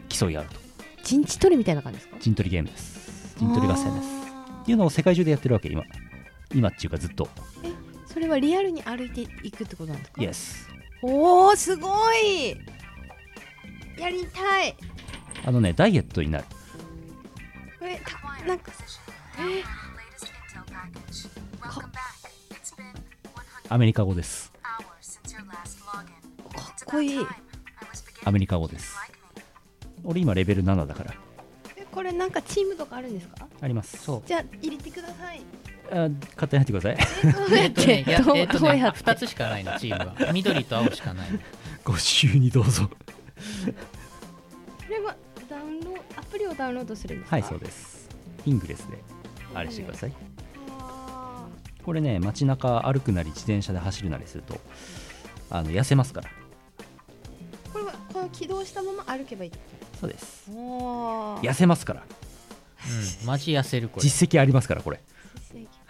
Speaker 2: 競い合うと
Speaker 1: 陣地取りみたいな感じですか
Speaker 2: 陣取りゲームです陣取り合戦ですっていうのを世界中でやってるわけ今今っていうかずっと
Speaker 1: すそれはリアルに歩いていくってことなんですか
Speaker 2: Yes
Speaker 1: おおすごいやりたい
Speaker 2: あのねダイエットになる
Speaker 1: えたなんかえ
Speaker 2: アメリカ語です
Speaker 1: かっこいい
Speaker 2: アメリカ語です俺今レベル7だから
Speaker 1: えこれなんかチームとかあるんですか
Speaker 2: ありますそう
Speaker 1: じゃあ入れてください
Speaker 2: あ勝手に入ってください
Speaker 1: どうやって、
Speaker 3: えっと
Speaker 1: [laughs] どう
Speaker 3: ねいやえっと
Speaker 1: どう
Speaker 3: ね
Speaker 1: やって
Speaker 3: 2つしかないのチームは緑と青しかないの
Speaker 2: [laughs] ご自由にどうぞ
Speaker 1: これはダウンロードアプリをダウンロードするんですか
Speaker 2: はいそうですイングレスであれしてください
Speaker 1: あ
Speaker 2: これね街中歩くなり自転車で走るなりするとあの痩せますから
Speaker 1: ーこれはこの起動したまま歩けばいい
Speaker 2: そうです
Speaker 1: おー
Speaker 2: 痩せますから
Speaker 3: うんマジ痩せるこれ
Speaker 2: 実績ありますからこれ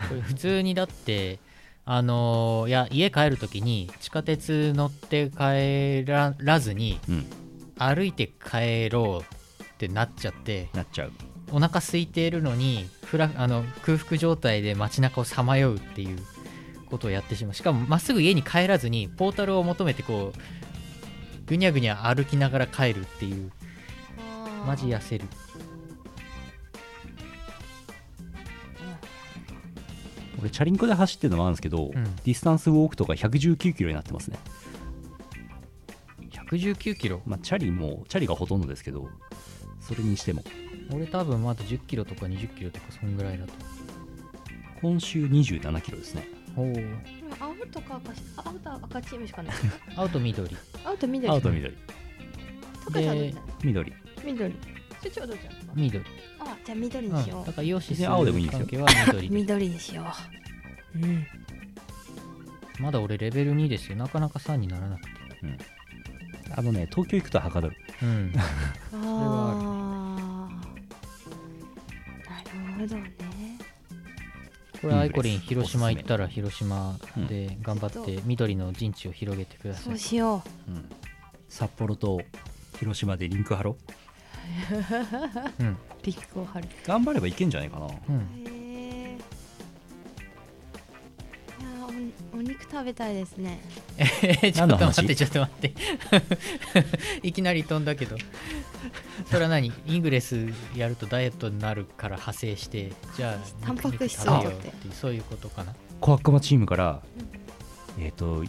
Speaker 3: これ普通にだってあのーいや家帰るときに地下鉄乗って帰ららずに
Speaker 2: うん
Speaker 3: 歩いて帰ろうってなっちゃって
Speaker 2: なっちゃう
Speaker 3: お腹空いているのにふらあの空腹状態で街中をさまようっていうことをやってしまうしかもまっすぐ家に帰らずにポータルを求めてこうぐにゃぐにゃ歩きながら帰るっていうマジ痩せる
Speaker 2: 俺チャリンコで走ってるのもあるんですけど、
Speaker 3: うん
Speaker 2: ディスタンスウォークとか119キロになってますね、
Speaker 3: 119キロ
Speaker 2: まあ、チャリもチャリがほとんどですけどそれにしても
Speaker 3: 俺多分まだ10キロとか20キロとかそんぐらいだと
Speaker 2: 今週27キロですね
Speaker 3: お
Speaker 1: 青とか赤し青と赤チームしかない
Speaker 3: 青と緑
Speaker 1: 青と緑
Speaker 2: 青と緑
Speaker 1: トカさんどっち
Speaker 3: で
Speaker 1: なの
Speaker 2: 緑
Speaker 1: 緑所長どっちなんですか
Speaker 3: 緑
Speaker 1: あじゃあ緑
Speaker 3: うん
Speaker 1: にしよ
Speaker 3: だからイオシ
Speaker 2: 別に
Speaker 3: ス
Speaker 2: 青でもいいんですよ
Speaker 3: 関係は
Speaker 1: う、 [laughs]
Speaker 3: 緑
Speaker 1: 緑にしよううん
Speaker 3: [laughs] まだ俺レベル2ですよなかなか3にならなくて
Speaker 2: あのね東京行くとはかどる
Speaker 3: うん
Speaker 1: ああなるほどね
Speaker 3: これアイコリン広島行ったら広島で頑張
Speaker 1: う
Speaker 3: っ
Speaker 1: んち
Speaker 3: て緑の陣地を広げてくださ
Speaker 1: そう
Speaker 3: い
Speaker 1: しよ
Speaker 2: うん札幌と広島でリンク張ろう
Speaker 3: うん
Speaker 1: うリックを張る
Speaker 2: 頑張ればいけんじゃないかな
Speaker 3: うん
Speaker 1: へえいやーおお肉食べたいですね
Speaker 3: [laughs] えへへちょっ
Speaker 2: 何の
Speaker 3: と
Speaker 2: 話
Speaker 3: 待ってちょっと待って [laughs] いきなり飛んだ [laughs] けどそれは何イングレスやるとダイエットになるから派生してじゃあ
Speaker 1: タンパク質
Speaker 3: 肉
Speaker 1: を
Speaker 3: 食べよう
Speaker 1: 取って
Speaker 3: っていうそういうことかな
Speaker 2: 小悪魔チームから、えっ、と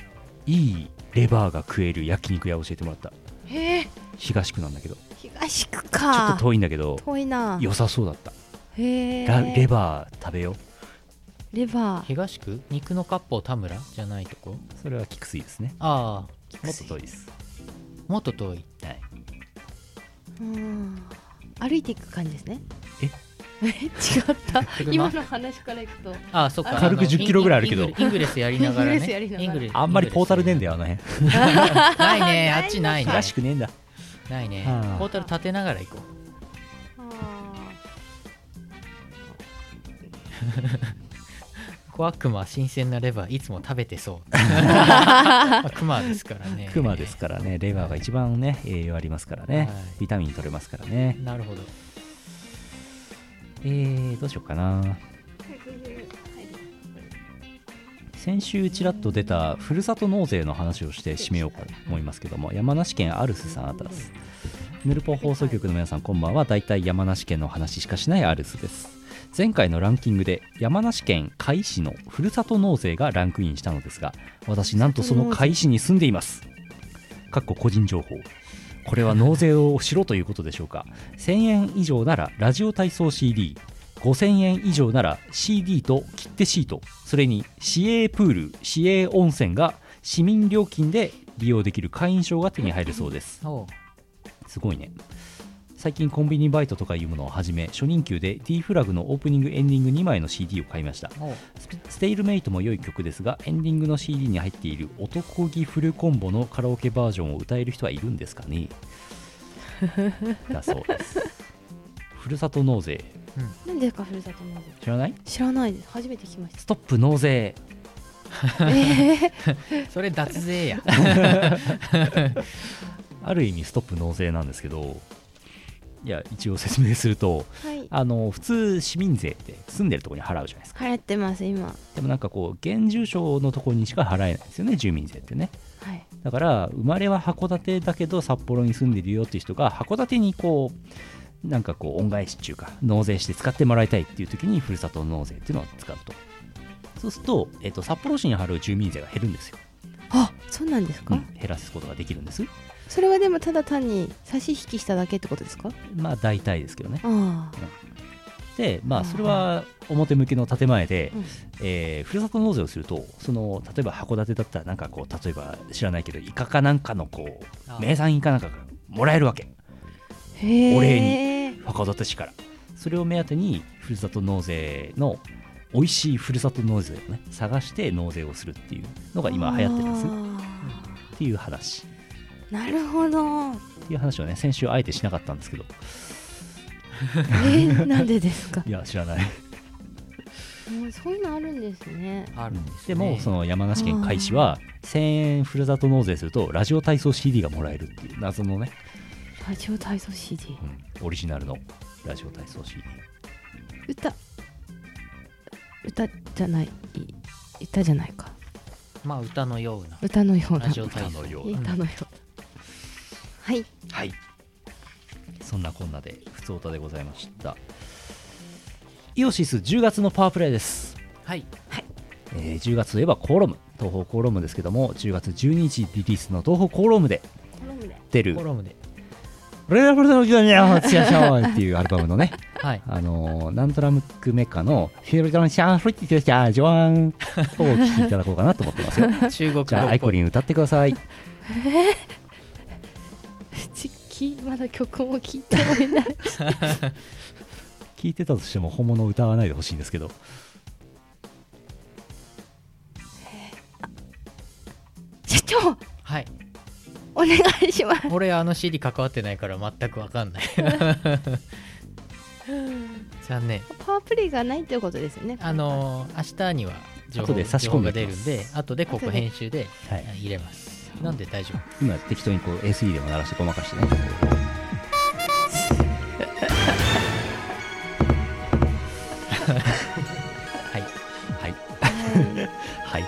Speaker 2: いいレバーが食える焼肉屋を教えてもらった
Speaker 1: へえ
Speaker 2: 東区なんだけどち
Speaker 1: 東区
Speaker 2: ょっ
Speaker 1: か
Speaker 2: と遠いんだけど
Speaker 1: 遠いな
Speaker 2: 良さそうだった、
Speaker 1: へえ
Speaker 2: ラレバー食べよう
Speaker 1: レバー
Speaker 3: 東区肉の割烹田村じゃないとこ
Speaker 2: それは菊水ですね
Speaker 3: ああ
Speaker 2: もっと遠いです
Speaker 3: もっと遠い
Speaker 2: はい
Speaker 1: うん歩いていく感じですね
Speaker 2: え
Speaker 1: え違
Speaker 2: [laughs]
Speaker 1: った
Speaker 3: 車
Speaker 1: 今の話からいくと
Speaker 3: ああ、そっか。
Speaker 2: 軽く
Speaker 3: あの
Speaker 2: 10キロぐらいあるけど
Speaker 3: イングイングレスやりながら
Speaker 1: イング
Speaker 3: ね。
Speaker 1: レスやりながら
Speaker 3: イングレス
Speaker 2: あんまりポータルねえんだよ。あの辺
Speaker 3: ないね、あっちないね。
Speaker 2: らしくねえんだ
Speaker 3: ないね
Speaker 2: は。あ
Speaker 3: ポータル立てながら行こ
Speaker 1: あ
Speaker 3: う。小悪魔は新鮮なレバー、いつも食べ
Speaker 2: [laughs]
Speaker 3: てそう。まあクマですからね。
Speaker 2: クマですからねレバーが一番ね栄養ありますから
Speaker 3: はい
Speaker 2: ねビタミン取れますからね
Speaker 3: なるほど。
Speaker 2: えー、どうしようかな先週ちらっと出たふるさと納税の話をして締めようかと思いますけども山梨県アルスさんあたですヌルポ放送局の皆さんこんばんは大体山梨県の話しかしないアルスです前回のランキングで山梨県甲斐市のふるさと納税がランクインしたのですが私なんとその甲斐市に住んでいますかっこ個人情報これは納税をしろということでしょうか1000円以上ならラジオ体操 CD5000 円以上なら CD と切手シートそれに市営プール市営温泉が市民料金で利用できる会員証が手に入るそうです
Speaker 3: おう
Speaker 2: すごいね最近コンビニバイトとかいうものをはじめ初任給で D フラグのオープニングエンディング2枚の CD を買いました
Speaker 3: おう
Speaker 2: スピステイルメイトも良い曲ですがエンディングの CD に入っている男気フルコンボのカラオケバージョンを歌える人はいるんですかねだそうです [laughs] ふるさと納税
Speaker 1: なんですかふるさと納税
Speaker 2: 知らない
Speaker 1: 知らないです初めて聞きました
Speaker 2: ストップ納税
Speaker 1: え
Speaker 3: それ脱税や
Speaker 2: ある意味ストップ納税なんですけどいや一応説明すると
Speaker 1: ーはい
Speaker 2: あの普通市民税って住んでるところに払うじゃないですか
Speaker 1: 払ってます今
Speaker 2: でもなんかこう現住所のところにしか払えないですよね住民税ってね
Speaker 1: はい
Speaker 2: だから生まれは函館だけど札幌に住んでるよっていう人が函館にこうなんかこう恩返しっていうか納税して使ってもらいたいっていう時にふるさと納税っていうのを使うとそうすると、えっと札幌市に払う住民税が減るんですよ、
Speaker 1: あそうなんですか、
Speaker 2: うん減らすことができるんです
Speaker 1: それはでもただ単に差し引きしただけってことですか
Speaker 2: まあ大体ですけどね
Speaker 1: あ
Speaker 2: でま
Speaker 1: う
Speaker 2: あ
Speaker 1: んうん
Speaker 2: それは表向きの建前で、
Speaker 1: うん
Speaker 2: えーふるさと納税をするとその例えば函館だったらなんかこう例えば知らないけどイカかなんかのこ
Speaker 3: あ
Speaker 2: う名産イカなんかがもらえるわけ
Speaker 1: あへえ
Speaker 2: お礼函館市からそれを目当てにふるさと納税の美味しいふるさと納税をね探して納税をするっていうのが今流行ってるんですっていう話
Speaker 1: なるほど
Speaker 2: [laughs] っていう話をね先週あえてしなかったんですけど
Speaker 1: えー、なんでですか
Speaker 2: いや知らない
Speaker 1: もうそういうのあるんですね
Speaker 3: あるんです、ね、
Speaker 2: でもその山梨県海市は1000円ふるさと納税するとラジオ体操 CD がもらえるっていう謎のね、
Speaker 1: ラジオ体操 CD
Speaker 2: うんオリジナルのラジオ体操 CD
Speaker 1: 歌歌じゃない歌じゃないか
Speaker 3: まあ歌のような
Speaker 1: 歌のような
Speaker 3: ラジオ体
Speaker 2: 歌
Speaker 3: 操
Speaker 2: のような
Speaker 1: 歌のようはい
Speaker 2: はいそんなこんなで普通歌でございましたイオシス10月のパワープレイです
Speaker 3: はい
Speaker 2: えー10月といえばコーロム東宝コーロムですけども10月12日リリースの東宝コーロムで出る
Speaker 3: コラムで
Speaker 2: 「レラブルのギタニャーツヤシャワー」っていうアルバムのね [laughs]
Speaker 3: はい
Speaker 2: あのーなんとラムックメカの「フィルドのシャンフリッティシャージョアン」をお聴きいただこうかなと思ってますよ [laughs]
Speaker 3: 中国
Speaker 2: じゃあア
Speaker 3: 語
Speaker 2: イコリン歌ってください
Speaker 1: ちっきまだ曲も聴いて [laughs] おいない
Speaker 2: 聞いてたとしても本物を歌わないでほしいんですけど
Speaker 1: 社長
Speaker 3: はい
Speaker 1: お願いします
Speaker 3: 俺あの CD 関わってないから全くわか
Speaker 1: [laughs]
Speaker 3: んないじゃあね
Speaker 1: パワープレイがないっていうことですよね
Speaker 3: あのー明日には情
Speaker 2: 後
Speaker 3: 報
Speaker 2: で差し
Speaker 3: 情
Speaker 2: 込
Speaker 3: 報
Speaker 2: んで
Speaker 3: が
Speaker 2: いき
Speaker 3: 出
Speaker 2: ま
Speaker 3: る
Speaker 2: す
Speaker 3: んで後でこ
Speaker 1: 後
Speaker 3: こ
Speaker 1: で
Speaker 3: 入手で
Speaker 2: はい
Speaker 3: 入れますなんで大丈夫
Speaker 2: 今適当にこう SE でも鳴らしてごまかしてね
Speaker 3: はい
Speaker 2: はいはい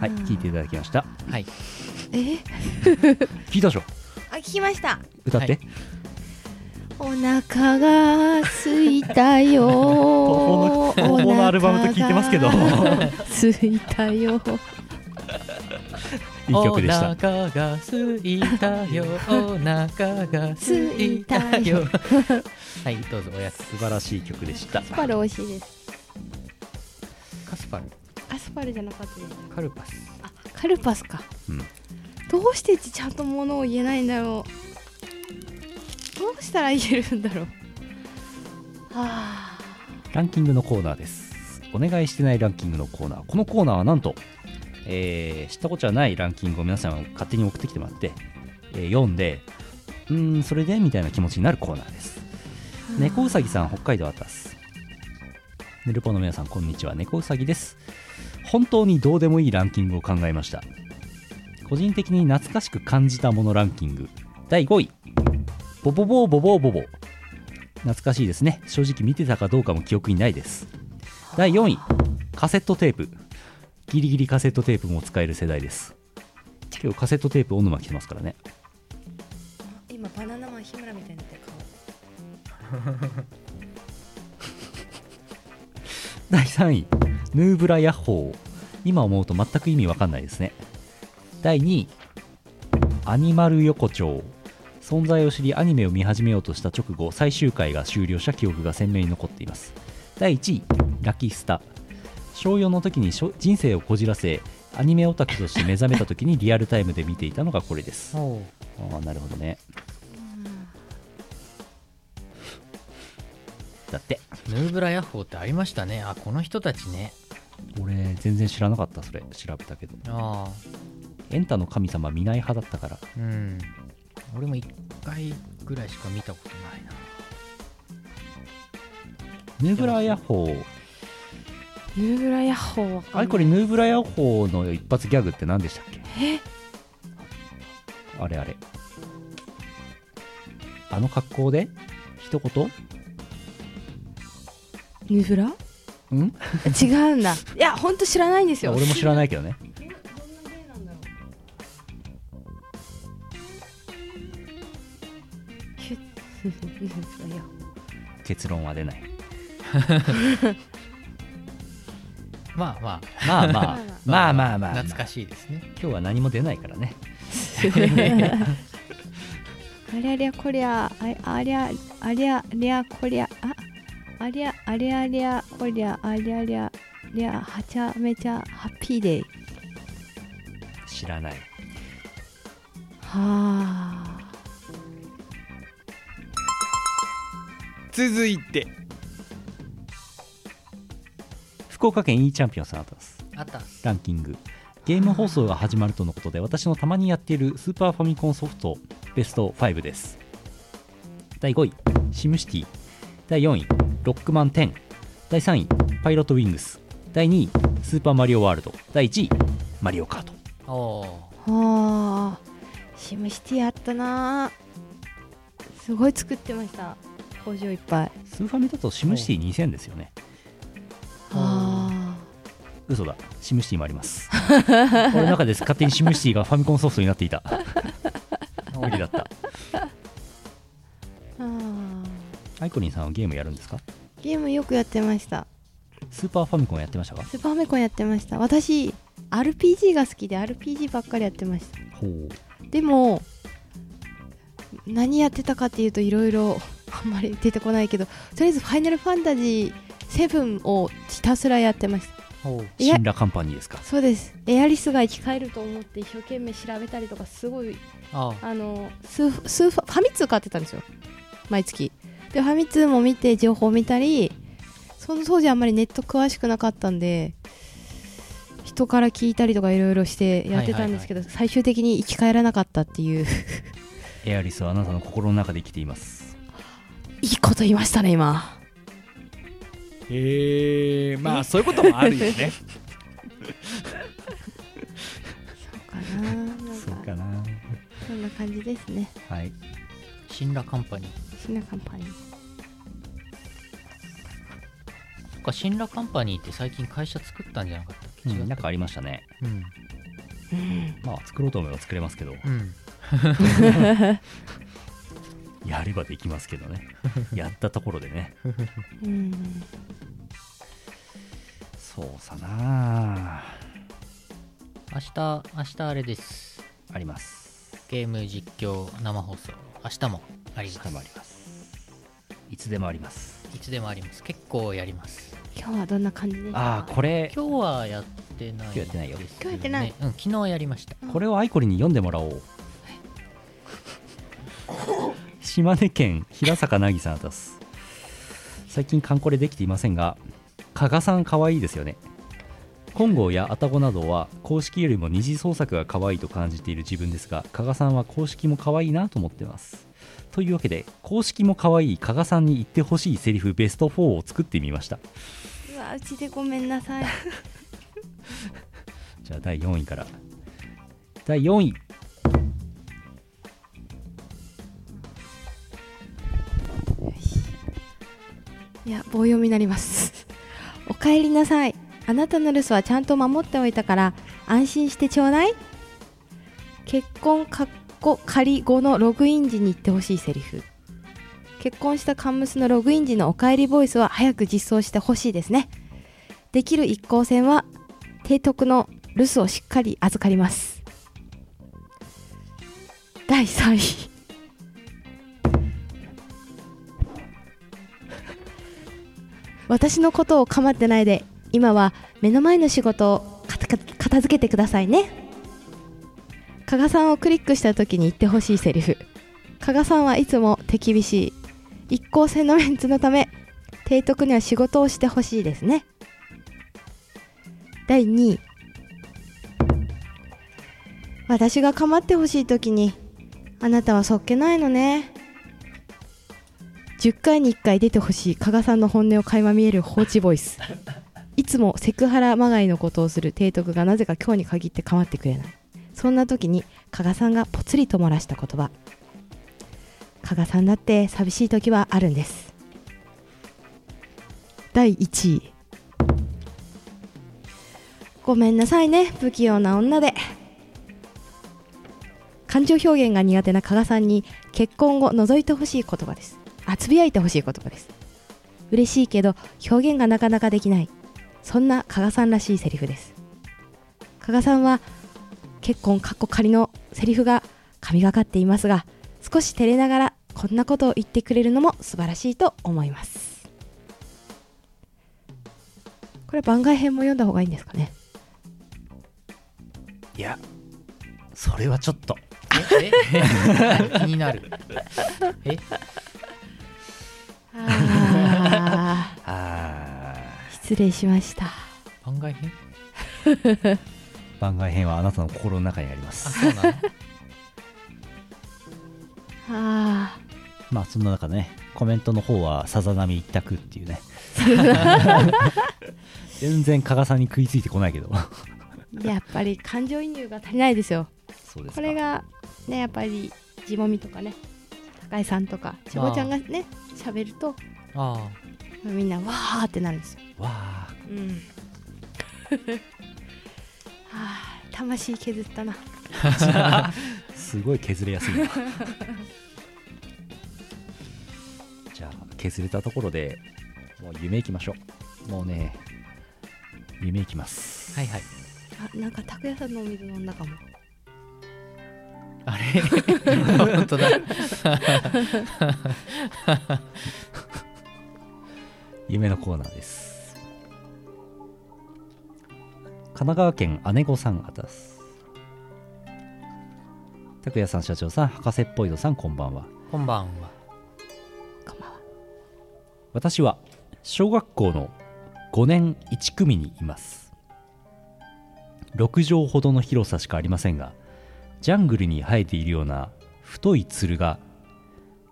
Speaker 2: はい聞いていただきました
Speaker 3: はい
Speaker 1: え
Speaker 2: 聞いたでしょ
Speaker 1: あ聞きました
Speaker 2: 歌って、
Speaker 3: はい
Speaker 1: お腹が空いた
Speaker 2: [laughs]
Speaker 1: よ
Speaker 2: ほのほのアルバムと聞いてますけど
Speaker 1: お腹が空いたよ
Speaker 2: いい曲でした
Speaker 3: お腹が空いたよお腹が空い
Speaker 2: [laughs]
Speaker 3: たよはいどうぞおやつ
Speaker 2: 素晴らしい曲でした
Speaker 1: スパル美味しいです
Speaker 3: カスパル
Speaker 1: アスパルじゃなかったです
Speaker 3: カルパス
Speaker 1: あカルパスか、
Speaker 2: うん
Speaker 1: どうしてちゃんと物を言えないんだろうどうしたら言えるんだろうはあ
Speaker 2: ランキングのコーナーですお願いしてないランキングのコーナーこのコーナーはなんと、えー知ったことはないランキングを皆さんが勝手に送ってきてもらって、えー読んでうーんそれでみたいな気持ちになるコーナーです猫うさぎさん北海道アタスネルポの皆さんこんにちは猫うさぎです本当にどうでもいいランキングを考えました個人的に懐かしく感じたものランキング第5位ボボボーボボーボボ懐かしいですね正直見てたかどうかも記憶にないです第4位カセットテープギリギリカセットテープも使える世代です今日カセットテープオヌマ来てますからね
Speaker 1: 今バナナマン日村みたいになってる
Speaker 2: 第3位ヌーブラヤッホー今思うと全く意味わかんないですね第2位アニマル横丁存在を知りアニメを見始めようとした直後最終回が終了した記憶が鮮明に残っています第1位ラキスタ小4の時にしょ人生をこじらせアニメオタクとして目覚めた時に [laughs] リアルタイムで見ていたのがこれですあ
Speaker 3: お
Speaker 2: あなるほどねだって
Speaker 3: ヌーブラヤッホーってありましたねあこの人たちね
Speaker 2: 俺全然知らなかったそれ調べたけど
Speaker 3: ああ
Speaker 2: エンタの神様見ない派だったから
Speaker 3: うん俺も1回ぐらいしか見たことないな
Speaker 2: ヌーブラヤッホー
Speaker 1: ヌーブラヤッホーわかんない
Speaker 2: あれこれヌーブラヤッホーの一発ギャグって何でしたっけ
Speaker 1: え
Speaker 2: あれあれあの格好で一言
Speaker 1: ヌーブラ
Speaker 2: ん
Speaker 1: 違うん
Speaker 2: [laughs]
Speaker 1: だいやほんと知らないんですよ
Speaker 2: 俺も知らないけどね
Speaker 1: ひゅヌーブラヤッホー
Speaker 2: 結論は出ない
Speaker 3: まあま
Speaker 2: まあまあまあまあまあ、
Speaker 3: あ
Speaker 2: まあ、
Speaker 3: 懐かしいですね
Speaker 2: 今日は何も出ないからね
Speaker 1: ありゃりゃこりゃあありゃありゃりゃこりゃあありゃありゃりゃこりゃありゃりゃりゃはちゃめちゃハッピーデイ
Speaker 2: 知らない
Speaker 1: はあ
Speaker 4: 続いて
Speaker 2: 福岡県 E チャンピオンさんあったんです
Speaker 3: あった
Speaker 2: ランキングゲーム放送が始まるとのことで私のたまにやっているスーパーファミコンソフトベスト5です第5位シムシティ第4位ロックマン10第3位パイロットウィングス第2位スーパーマリオワールド第1位マリオカート
Speaker 3: おお
Speaker 1: はあシムシティあったなすごい作ってました工場いっぱい
Speaker 2: スーファミだとシムシティ2000ですよね
Speaker 1: あ
Speaker 2: 嘘だシムシティもあります俺の中で勝手にシムシティがファミコンソフトになっていた無理だった
Speaker 1: ーあ
Speaker 2: アイコリンさんはゲームやるんですか
Speaker 1: ーゲームよくやってました
Speaker 2: スーパーファミコンやってましたか
Speaker 1: スーパーファミコンやってました私 RPG が好きで RPG ばっかりやってました
Speaker 2: ほう
Speaker 1: でも何やってたかっていうといろいろあんまり出てこないけどとりあえず「ファイナルファンタジー7」をひたすらやってました
Speaker 3: おう
Speaker 1: いや
Speaker 2: シンラカンパニーですか
Speaker 1: そうですエアリスが生き返ると思って一生懸命調べたりとかすごい
Speaker 3: あ
Speaker 1: あのスースーファファミ通買ってたんですよ毎月でファミ通も見て情報見たりその当時あんまりネット詳しくなかったんで人から聞いたりとかいろいろしてやってたんですけど、最終的に生き返らなかったっていう
Speaker 2: エアリスはあなたの心の中で生きています
Speaker 1: いいこと言いましたね今
Speaker 4: へえまあそういうこともあるよね
Speaker 1: かななん
Speaker 2: そう
Speaker 1: か
Speaker 2: かな
Speaker 1: そんな感じですね
Speaker 2: はい
Speaker 3: シンラカンパニー
Speaker 1: シナカンパニー
Speaker 3: そっかシンラカンパニーって最近会社作ったんじゃなかったっけ違
Speaker 2: なん
Speaker 3: う
Speaker 2: かありましたね
Speaker 3: うん
Speaker 2: まあ作ろうと思えば作れますけど
Speaker 3: うん
Speaker 2: やればできますけどねやったところでね
Speaker 1: うん
Speaker 2: そうさなあ
Speaker 3: 明日明日あれです
Speaker 2: あります
Speaker 3: ゲーム実況生放送明日もあり
Speaker 2: 明
Speaker 3: ます
Speaker 2: 日もありますいつでもあります
Speaker 3: いつでもあります結構やります
Speaker 1: 今日はどんな感じですか
Speaker 2: ああこれ
Speaker 3: 今日はやってない
Speaker 2: 今日やってないよ
Speaker 3: ですね
Speaker 1: 今日やってない
Speaker 3: うん、昨日やりました
Speaker 2: これをアイコリンに読んでもらおう島根県平坂凪さんあたす最近カンコレできていませんが加賀さん可愛いですよね金剛や愛宕などは公式よりも二次創作が可愛いと感じている自分ですが加賀さんは公式も可愛いなと思ってますというわけで公式も可愛い加賀さんに言ってほしいセリフベスト4を作ってみました
Speaker 1: うわうちでごめんなさい
Speaker 2: じゃあ第4位から第4位
Speaker 1: いや棒読みになります [laughs] おかえりなさいあなたの留守はちゃんと守っておいたから安心してちょうだい結婚かっこ仮後のログイン時に言ってほしいセリフ結婚したカンムスのログイン時のおかえりボイスは早く実装してほしいですねできる一行線は提督の留守をしっかり預かります第3位私のことを構ってないで今は目の前の仕事を片片片付けてくださいね加賀さんをクリックした時に言ってほしいセリフ加賀さんはいつも手厳しい一向性のメンツのため提督には仕事をしてほしいですね第2位私が構ってほしい時にあなたはそっけないのね10回に1回出てほしい加賀さんの本音を垣間見える放置ボイスいつもセクハラまがいのことをする提督がなぜか今日に限って構ってくれないそんな時に加賀さんがぽつりと漏らした言葉加賀さんだって寂しい時はあるんです第1位ごめんなさいね不器用な女で感情表現が苦手な加賀さんに結婚後覗いてほしい言葉ですあつぶやいてほしい言葉です嬉しいけど表現がなかなかできないそんな加賀さんらしいセリフです加賀さんは結婚かっこ仮のセリフが神がかっていますが少し照れながらこんなことを言ってくれるのも素晴らしいと思いますこれ番外編も読んだ方がいいんですかね
Speaker 2: いやそれはちょっと
Speaker 3: ええ [laughs] 気になるえ
Speaker 1: あー
Speaker 2: あ
Speaker 1: [laughs]
Speaker 2: ー
Speaker 1: 失礼しました
Speaker 3: 番外編
Speaker 2: 番外編はあなたの心の中にありま
Speaker 3: あ
Speaker 2: す
Speaker 3: そうなの
Speaker 1: あ
Speaker 2: まあそんな中ねコメントの方はさざ波一択っ
Speaker 1: [laughs]
Speaker 2: ていうね全然加賀さんに食いついてこないけど
Speaker 1: ーやっぱり感情移入が足りないですよ
Speaker 2: そうです
Speaker 1: これがねやっぱり地もみとかね高井さんとかちごちゃんがね喋ると
Speaker 3: あ
Speaker 1: みんなわーってなるんですよ、
Speaker 2: わあ
Speaker 1: [laughs] うん、はあ魂削ったな
Speaker 2: すごい削れやすい
Speaker 1: [laughs]
Speaker 2: なじゃあ削れたところでもう夢いきましょうもうね夢いきます
Speaker 3: あはいはい
Speaker 1: あなんか拓哉さんのお水飲んだかも
Speaker 3: あれ [laughs] 本当だ
Speaker 2: 夢のコーナーです神奈川県姉御さんあたす拓也さん社長さん博士っぽいのさんこんばんは
Speaker 3: こんばんは
Speaker 1: こんばんは
Speaker 2: 私は小学校の5年1組にいます6畳ほどの広さしかありませんがジャングルに生えているような太いつるが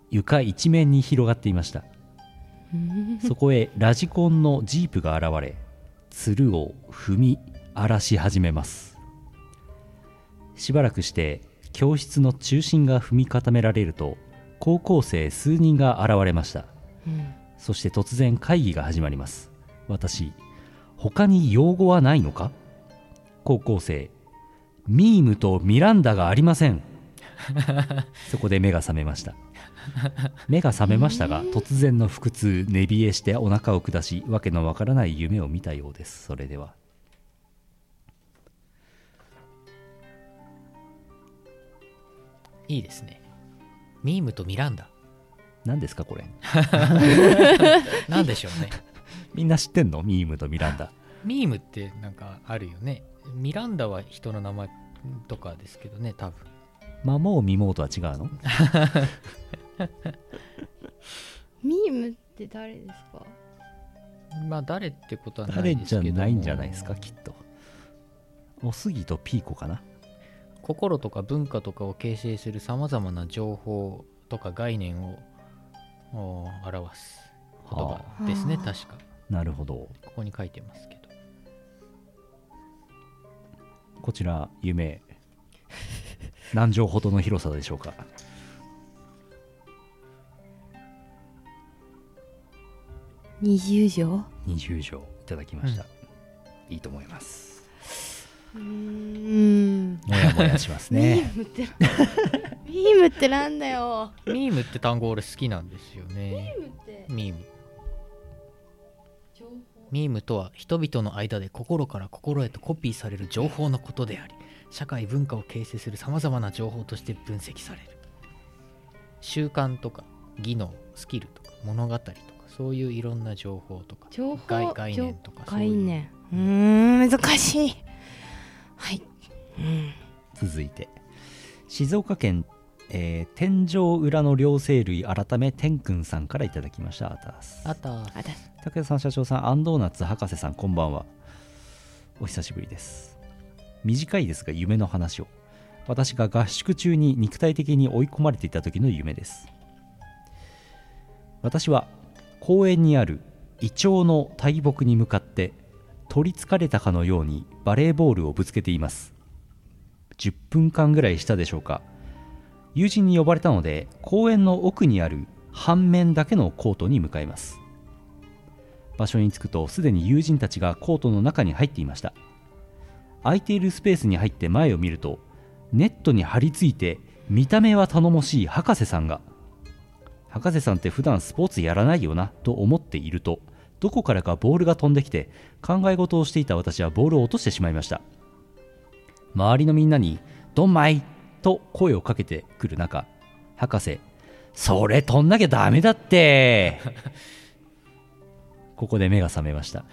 Speaker 2: 床一面に広がっていましたそこへラジコンのジープが現れ、鶴を踏み荒らし始めます。しばらくして教室の中心が踏み固められると、高校生数人が現れました。そして突然会議が始まります。私、他に用語はないのか高校生、ミームとミランダがありま
Speaker 3: [laughs]
Speaker 2: せん。そこで目が覚めました。目が覚めましたが突然の腹痛寝冷えしてお腹を下しわけのわからない夢を見たようですそれでは
Speaker 3: いいですねミームとミランダ
Speaker 2: 何ですかこれ
Speaker 3: なんでしょうね
Speaker 2: みんな知ってんのミームとミランダ
Speaker 3: ミームってなんかあるよねミランダは人の名前とかですけどね多分
Speaker 2: マモーミモーとは違うの
Speaker 1: ミームって誰ですか
Speaker 3: まあ誰ってことはない
Speaker 2: 誰
Speaker 3: です
Speaker 2: じ
Speaker 3: け
Speaker 2: ゃ
Speaker 3: ども
Speaker 2: ないんじゃないですかきっとおすぎとピーコかな
Speaker 3: 心とか文化とかを形成するさまざまな情報とか概念をお表す言葉ですね
Speaker 1: はあ
Speaker 3: 確か
Speaker 2: なるほど
Speaker 3: ここに書いてますけど
Speaker 2: こちら夢何畳ほどの広さでしょうか
Speaker 1: 20条
Speaker 2: 20畳いただきました、いいと思います
Speaker 1: うーん
Speaker 2: もやもやしますね
Speaker 1: ミームって [laughs] なミームってなんだよ
Speaker 3: ミームって単語俺好きなんですよね
Speaker 1: ミームって
Speaker 3: ミーム
Speaker 1: 情報
Speaker 3: ミームとは人々の間で心から心へとコピーされる情報のことであり社会文化を形成するさまざまな情報として分析される習慣とか技能スキルとか物語とかそういういろんな情報とか
Speaker 1: 情報
Speaker 3: 概概念とかそうい
Speaker 1: 概
Speaker 3: う
Speaker 1: 念うーん難しいはいうん
Speaker 2: 続いて静岡県、えー天井裏の両生類改め天くんさんからいただきましたあたす
Speaker 3: あとは
Speaker 1: 私
Speaker 2: 武田さん社長さんアンドーナツ博士さんこんばんはお久しぶりです短いですが夢の話を私が合宿中に肉体的に追い込まれていた時の夢です私は公園にあるイチョウの大木に向かって取りつかれたかのようにバレーボールをぶつけています10分間ぐらいしたでしょうか友人に呼ばれたので公園の奥にある半面だけのコートに向かいます場所に着くとすでに友人たちがコートの中に入っていました空いているスペースに入って前を見るとネットに張り付いて見た目は頼もしい博士さんが博士さんって普段スポーツやらないよなと思っているとどこからかボールが飛んできて考え事をしていた私はボールを落としてしまいました周りのみんなに「ドンマイ!」と声をかけてくる中博士「それ飛んなきゃダメだって!」ここで目が覚めました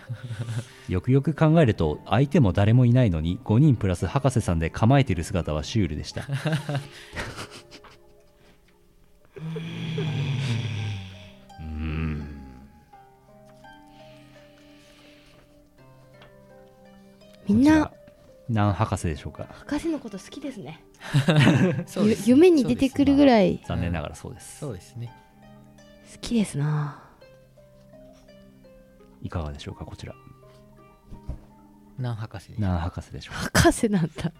Speaker 2: [laughs] よくよく考えると相手も誰もいないのに5人プラス博士さんで構えている姿はシュールでした
Speaker 1: みんな
Speaker 2: こちら何博士でしょうか
Speaker 1: 博士のこと好きですね
Speaker 3: そうです
Speaker 1: ゆ夢に出てくるぐらい
Speaker 2: 残念ながらそうです、
Speaker 3: そうですね
Speaker 1: 好きですない
Speaker 2: かがでしょうかこちら
Speaker 3: 何博士で
Speaker 2: 何博士でしょうか
Speaker 1: 博士なんだ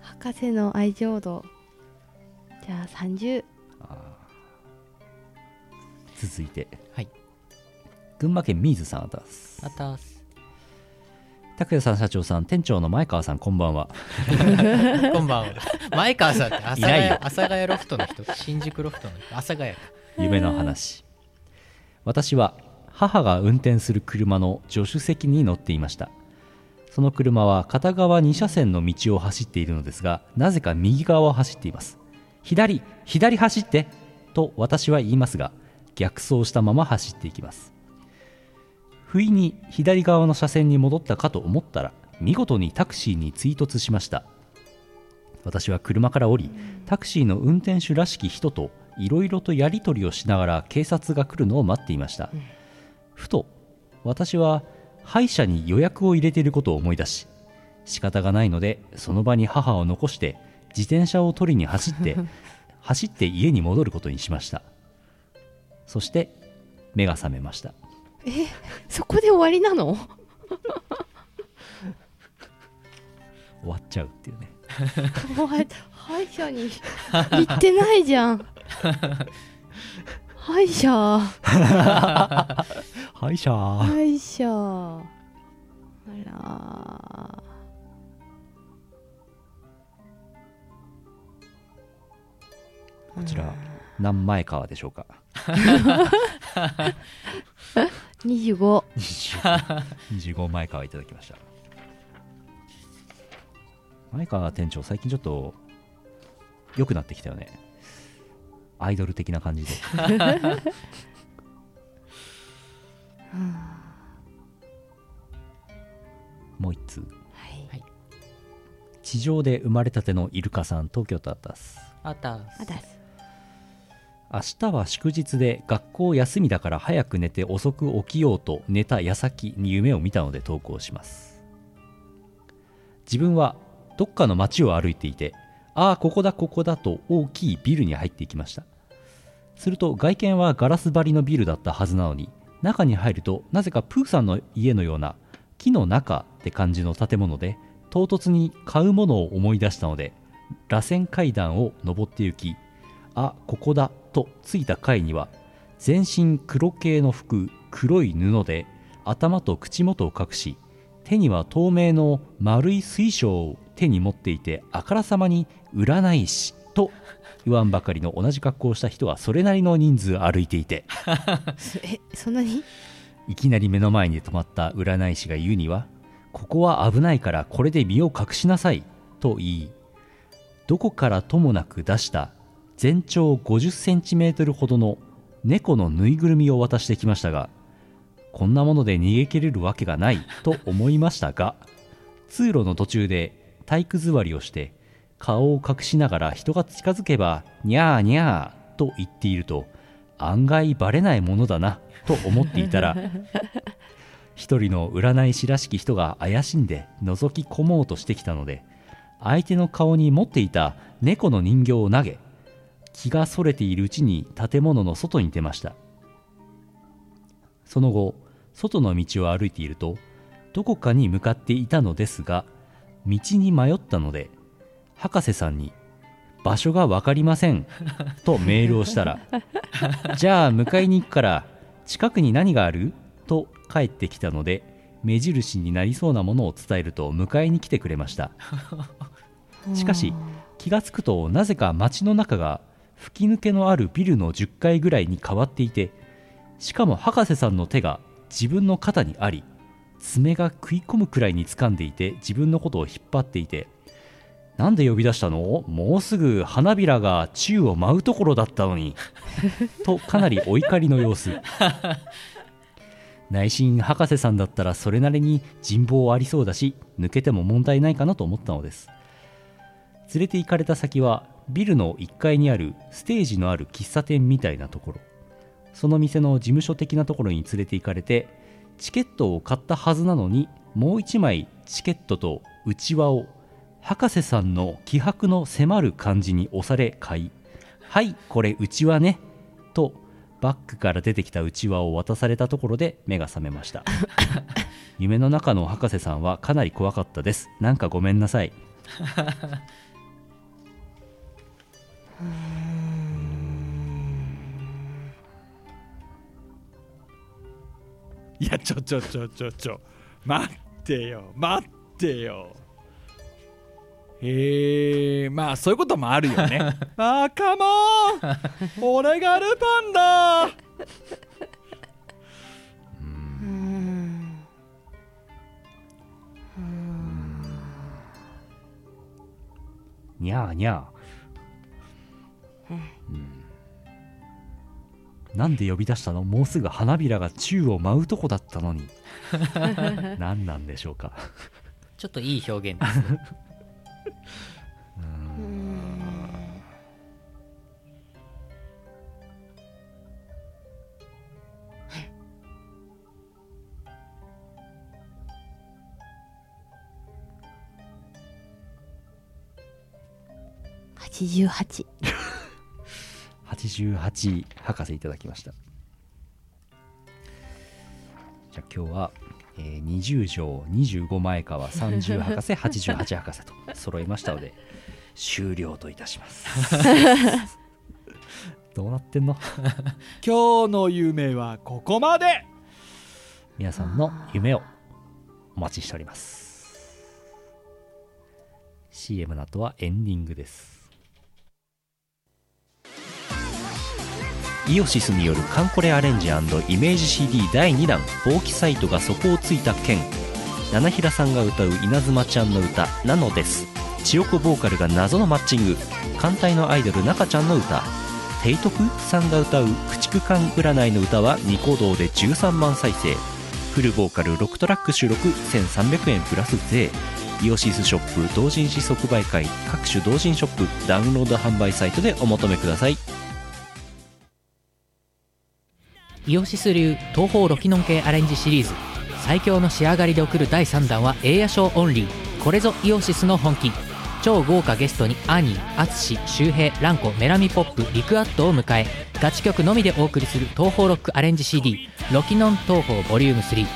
Speaker 1: [laughs] 博士の愛情度じゃあ30
Speaker 2: 続いて
Speaker 3: はい
Speaker 2: 群馬県水さんあたす
Speaker 3: あたす
Speaker 2: 拓也さん社長さん店長の前川さんこんばんは
Speaker 3: [laughs] こんばんは前川さんって阿佐
Speaker 2: いな
Speaker 3: ヶ
Speaker 2: い
Speaker 3: 谷
Speaker 2: よ
Speaker 3: 阿佐ヶ谷ロフトの人新宿ロフトの人阿佐ヶ谷か
Speaker 2: 夢の話私は母が運転する車の助手席に乗っていましたその車は片側2車線の道を走っているのですがなぜか右側を走っています左左走ってと私は言いますが逆走したまま走っていきます不意に左側の車線に戻ったかと思ったら見事にタクシーに追突しました私は車から降りタクシーの運転手らしき人といろいろとやり取りをしながら警察が来るのを待っていました、ふと私は歯医者に予約を入れていることを思い出し仕方がないのでその場に母を残して自転車を取りに走って [laughs] 走って家に戻ることにしましたそして目が覚めました
Speaker 1: そこで終わりな [laughs] の
Speaker 2: 終わっちゃうっていうね
Speaker 1: お前歯医者に行ってないじ [laughs] ゃん歯医者
Speaker 2: 歯医者
Speaker 1: 歯医者あら
Speaker 2: こちら何前川でしょうか
Speaker 1: 25
Speaker 2: 25前川いただきました前川店長最近ちょっと良くなってきたよねアイドル的な感じで
Speaker 1: は
Speaker 2: もう一通
Speaker 1: あはい
Speaker 2: 地上で生まれたてのイルカさん東京タタス
Speaker 3: あった
Speaker 1: あだす
Speaker 2: 明日は祝日で学校休みだから早く寝て遅く起きようと寝た矢先に夢を見たので投稿します自分はどっかの街を歩いていてああここだここだと大きいビルに入っていきましたすると外見はガラス張りのビルだったはずなのに中に入るとなぜかプーさんの家のような木の中って感じの建物で唐突に買うものを思い出したので螺旋階段を上って行きあここだと着いた階には全身黒系の服黒い布で頭と口元を隠し手には透明の丸い水晶を手に持っていてあからさまに占い師と言わんばかりの同じ格好をした人はそれなりの人数歩いていて
Speaker 1: [laughs] えそんなに
Speaker 2: いきなり目の前に止まった占い師が言うには「ここは危ないからこれで身を隠しなさい」と言いどこからともなく出した全長5 0トルほどの猫のぬいぐるみを渡してきましたがこんなもので逃げ切れるわけがないと思いましたが通路の途中で体育座りをして顔を隠しながら人が近づけばニャーニャーと言っていると案外バレないものだなと思っていたら一人の占い師らしき人が怪しんで覗き込もうとしてきたので相手の顔に持っていた猫の人形を投げ気がそれているうちに建物の外に出ましたその後外の道を歩いているとどこかに向かっていたのですが道に迷ったので博士さんに「場所が分かりません」とメールをしたら「じゃあ迎えに行くから近くに何がある?」と帰ってきたので目印になりそうなものを伝えると迎えに来てくれましたしかし気がつくとなぜか街の中が吹き抜けのあるビルの10階ぐらいに変わっていてしかも博士さんの手が自分の肩にあり爪が食い込むくらいに掴んでいて自分のことを引っ張っていてなんで呼び出したのもうすぐ花びらが宙を舞うところだったのにとかなりお怒りの様子内心博士さんだったらそれなりに人望ありそうだし抜けても問題ないかなと思ったのです連れて行かれた先はビルの1階にあるステージのある喫茶店みたいなところその店の事務所的なところに連れて行かれてチケットを買ったはずなのにもう1枚チケットとうちわを博士さんの気迫の迫る感じに押され買い「はいこれうちわね」とバッグから出てきたうちわを渡されたところで目が覚めました夢の中の博士さんはかなり怖かったですなんかごめんなさい
Speaker 4: いやちょちょちょちょちょ待ってよ待ってよへえまあそういうこともあるよねあーカモン俺がルパンだ
Speaker 1: うーんうーん
Speaker 2: にゃーにゃー、うん、なんで呼び出したのもうすぐ花びらが宙を舞うとこだったのに何なんでしょうか
Speaker 3: ちょっといい表現ですね
Speaker 1: 88
Speaker 2: 88博士いただきましたじゃあ今日は、えー20条25前川30博士88博士と揃いましたので終了といたします
Speaker 4: [laughs]
Speaker 2: どうなってんの
Speaker 4: 今日の夢はここまで
Speaker 2: 皆さんの夢をお待ちしております CM の後はエンディングですイオシスによるカンコレアレンジイメージ CD 第2弾「防気サイトが底をついた件」七平さんが歌う稲妻ちゃんの歌「なのです」千代子ボーカルが謎のマッチング艦隊のアイドル中ちゃんの歌テイトクさんが歌う「駆逐艦占い」の歌はニコ動で13万再生フルボーカル6トラック収録1300円プラス税イオシスショップ同人誌即売会各種同人ショップダウンロード販売サイトでお求めください
Speaker 3: イオシス流東方ロキノン系アレンジシリーズ最強の仕上がりで送る第3弾はエイヤショーオンリーこれぞイオシスの本気超豪華ゲストにアニー、アツシ、周平、ランコ、メラミポップ、リクアットを迎えガチ曲のみでお送りする東方ロックアレンジ CD「ロキノン東方ボリューム3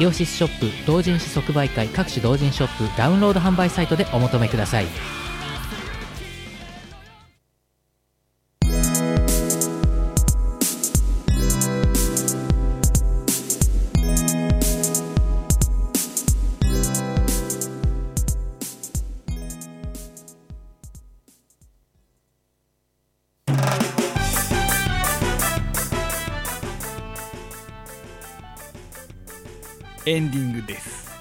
Speaker 3: イオシスショップ同人誌即売会各種同人ショップダウンロード販売サイトでお求めください
Speaker 4: エンディングです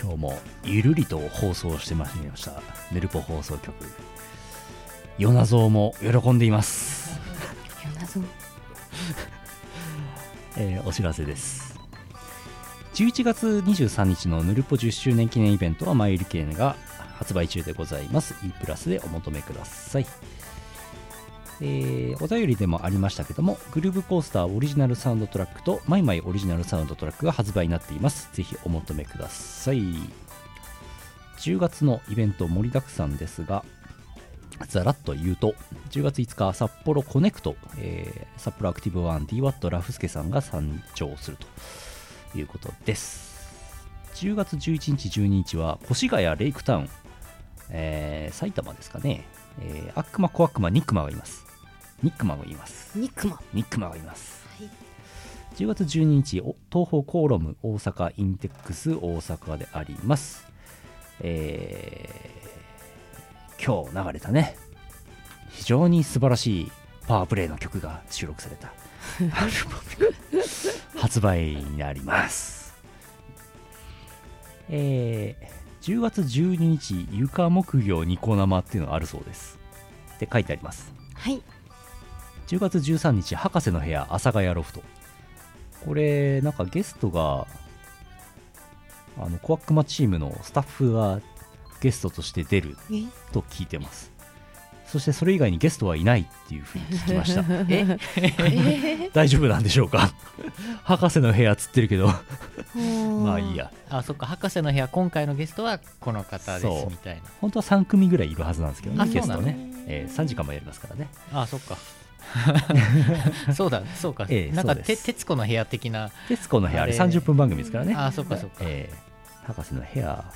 Speaker 2: 今日もゆるりと放送してまいりましたヌルポ放送局ヨナゾウも喜んでいます、
Speaker 1: 謎の
Speaker 2: えーお知らせです11月23日のヌルポ10周年記念イベントはマイルケーネが発売中でございます e プラスでお求めくださいえーお便りでもありましたけどもグルーブコースターオリジナルサウンドトラックとマイマイオリジナルサウンドトラックが発売になっていますぜひお求めください10月のイベント盛りだくさんですがざらっと言うと10月5日札幌コネクト、えー札幌アクティブ1 DWAT ラフスケさんが参上するということです10月11日12日は越谷レイクタウン、えー埼玉ですかね、えー悪魔小悪魔ニックマがいますニックマもいます
Speaker 1: ニックマン
Speaker 2: ニックマがいます
Speaker 1: はい
Speaker 2: 10月12日お東方コーロム大阪インテックス大阪でありますえー今日流れたね非常に素晴らしいパワープレイの曲が収録され
Speaker 1: [laughs]
Speaker 2: たアルバムが発売になりますえー10月12日床木魚ニコ生っていうのがあるそうですって書いてあります
Speaker 1: はい
Speaker 2: 10月13日博士の部屋阿佐ヶ谷ロフトこれなんかゲストがあの小悪魔チームのスタッフがゲストとして出る
Speaker 1: え
Speaker 2: と聞いてますそしてそれ以外にゲストはいないっていうふうに聞きました
Speaker 3: え
Speaker 1: え
Speaker 2: [laughs] 大丈夫なんでしょうか博士の部屋つってるけど
Speaker 1: ー
Speaker 2: まあいいや
Speaker 3: あそっか博士の部屋今回のゲストはこの方で
Speaker 2: そ
Speaker 3: す
Speaker 2: う
Speaker 3: みたい
Speaker 2: 本当は3組ぐらいいるはずなんですけど
Speaker 3: あ
Speaker 2: ねゲス
Speaker 3: そ
Speaker 2: ト
Speaker 3: うな
Speaker 2: ね、
Speaker 3: の
Speaker 2: えー3時間もやりますからね
Speaker 3: なあそっ
Speaker 2: [laughs]
Speaker 3: かそうだそうか、
Speaker 2: ええ
Speaker 3: なんか
Speaker 2: そうで
Speaker 3: て
Speaker 2: す
Speaker 3: 徹子の部屋的な
Speaker 2: 「徹子の部屋」あれ
Speaker 3: あれ
Speaker 2: 30分番組ですからね
Speaker 3: あそっかそっか、
Speaker 2: えー博士の部屋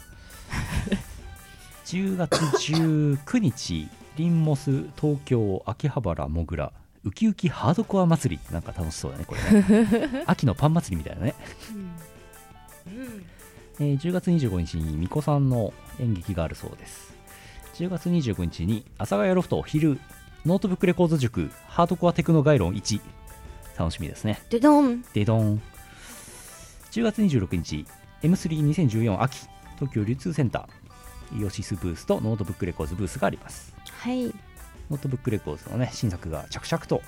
Speaker 2: [laughs] 10月19日リンモス東京秋葉原もぐらウキウキハードコア祭りなんか楽しそうだねこれ
Speaker 3: [laughs]
Speaker 2: ね秋のパン祭りみたいなね、
Speaker 1: うんうん
Speaker 2: えー10月25日に巫女さんの演劇があるそうです10月25日に阿佐ヶ谷ロフト昼ノートブックレコード塾ハードコアテクノ概論1楽しみですね
Speaker 1: でどん
Speaker 2: でどん10月26日 M32014 秋東京流通センターイオシスブースとノートブックレコーズブースがあります
Speaker 1: はい
Speaker 2: ノートブックレコーズのね新作が着々と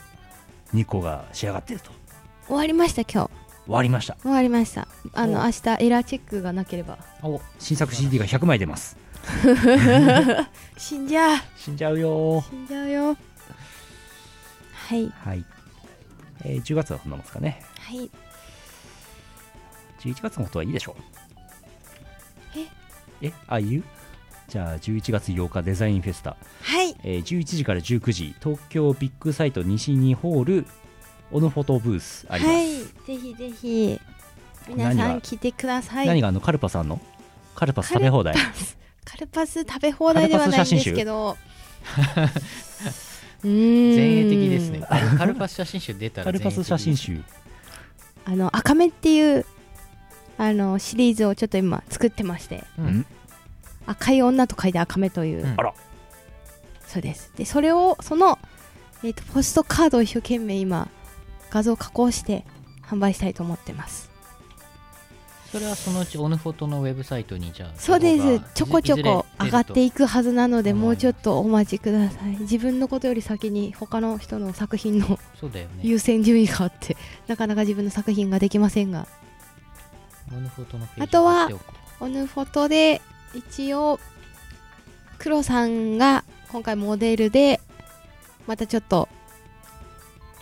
Speaker 2: 2個が仕上がっていると
Speaker 1: 終わりました今日
Speaker 2: 終わりました
Speaker 1: 終わりましたあの
Speaker 2: お
Speaker 1: 明日エラーチェックがなければ
Speaker 3: お
Speaker 2: 新作 CD が100枚出ます
Speaker 1: 死んじゃう
Speaker 2: 死んじゃうよ
Speaker 1: 死んじゃうよはい
Speaker 2: はい、えー10月はそんなもんですかね
Speaker 1: はい
Speaker 2: 11月のことはいいでしょうええあ言うじゃあ11月8日デザインフェスタ
Speaker 1: はい
Speaker 2: えー11時から19時東京ビッグサイト西2ホールオノフォトブースあります、
Speaker 1: はいぜひぜひ皆
Speaker 2: 何
Speaker 1: さ
Speaker 2: が
Speaker 1: ん来てください
Speaker 2: 何があのカルパさんのカルパス食べ放題
Speaker 1: カルパス食べ放題ではないんですけど [laughs] うーん
Speaker 3: 前衛的ですねカルカルパス写真集出たら
Speaker 2: [laughs] カルパス写真集
Speaker 1: あの赤目っていうあのシリーズをちょっと今作ってまして
Speaker 3: 前衛的
Speaker 2: ん
Speaker 3: です、
Speaker 1: 赤い女と書いて赤目という、
Speaker 3: うん
Speaker 2: あら
Speaker 1: そうですでそれをその、えー、とポストカードを一生懸命今画像加工して販売したいと思ってます
Speaker 3: それはそのうちオヌフォトのウェブサイトにじゃあ
Speaker 1: そうですちょこちょこ上がって
Speaker 3: い
Speaker 1: いくはずなので
Speaker 3: うん
Speaker 1: もうちょっとお待ちください自分のことより先に他の人の作品の
Speaker 3: そうだよね
Speaker 1: 優先順位があってなかなか自分の作品ができませんが
Speaker 3: オヌフォトのページ
Speaker 1: あとは
Speaker 3: 貼っておこう
Speaker 1: オヌフォトで一応黒さんが今回モデルでまたちょっと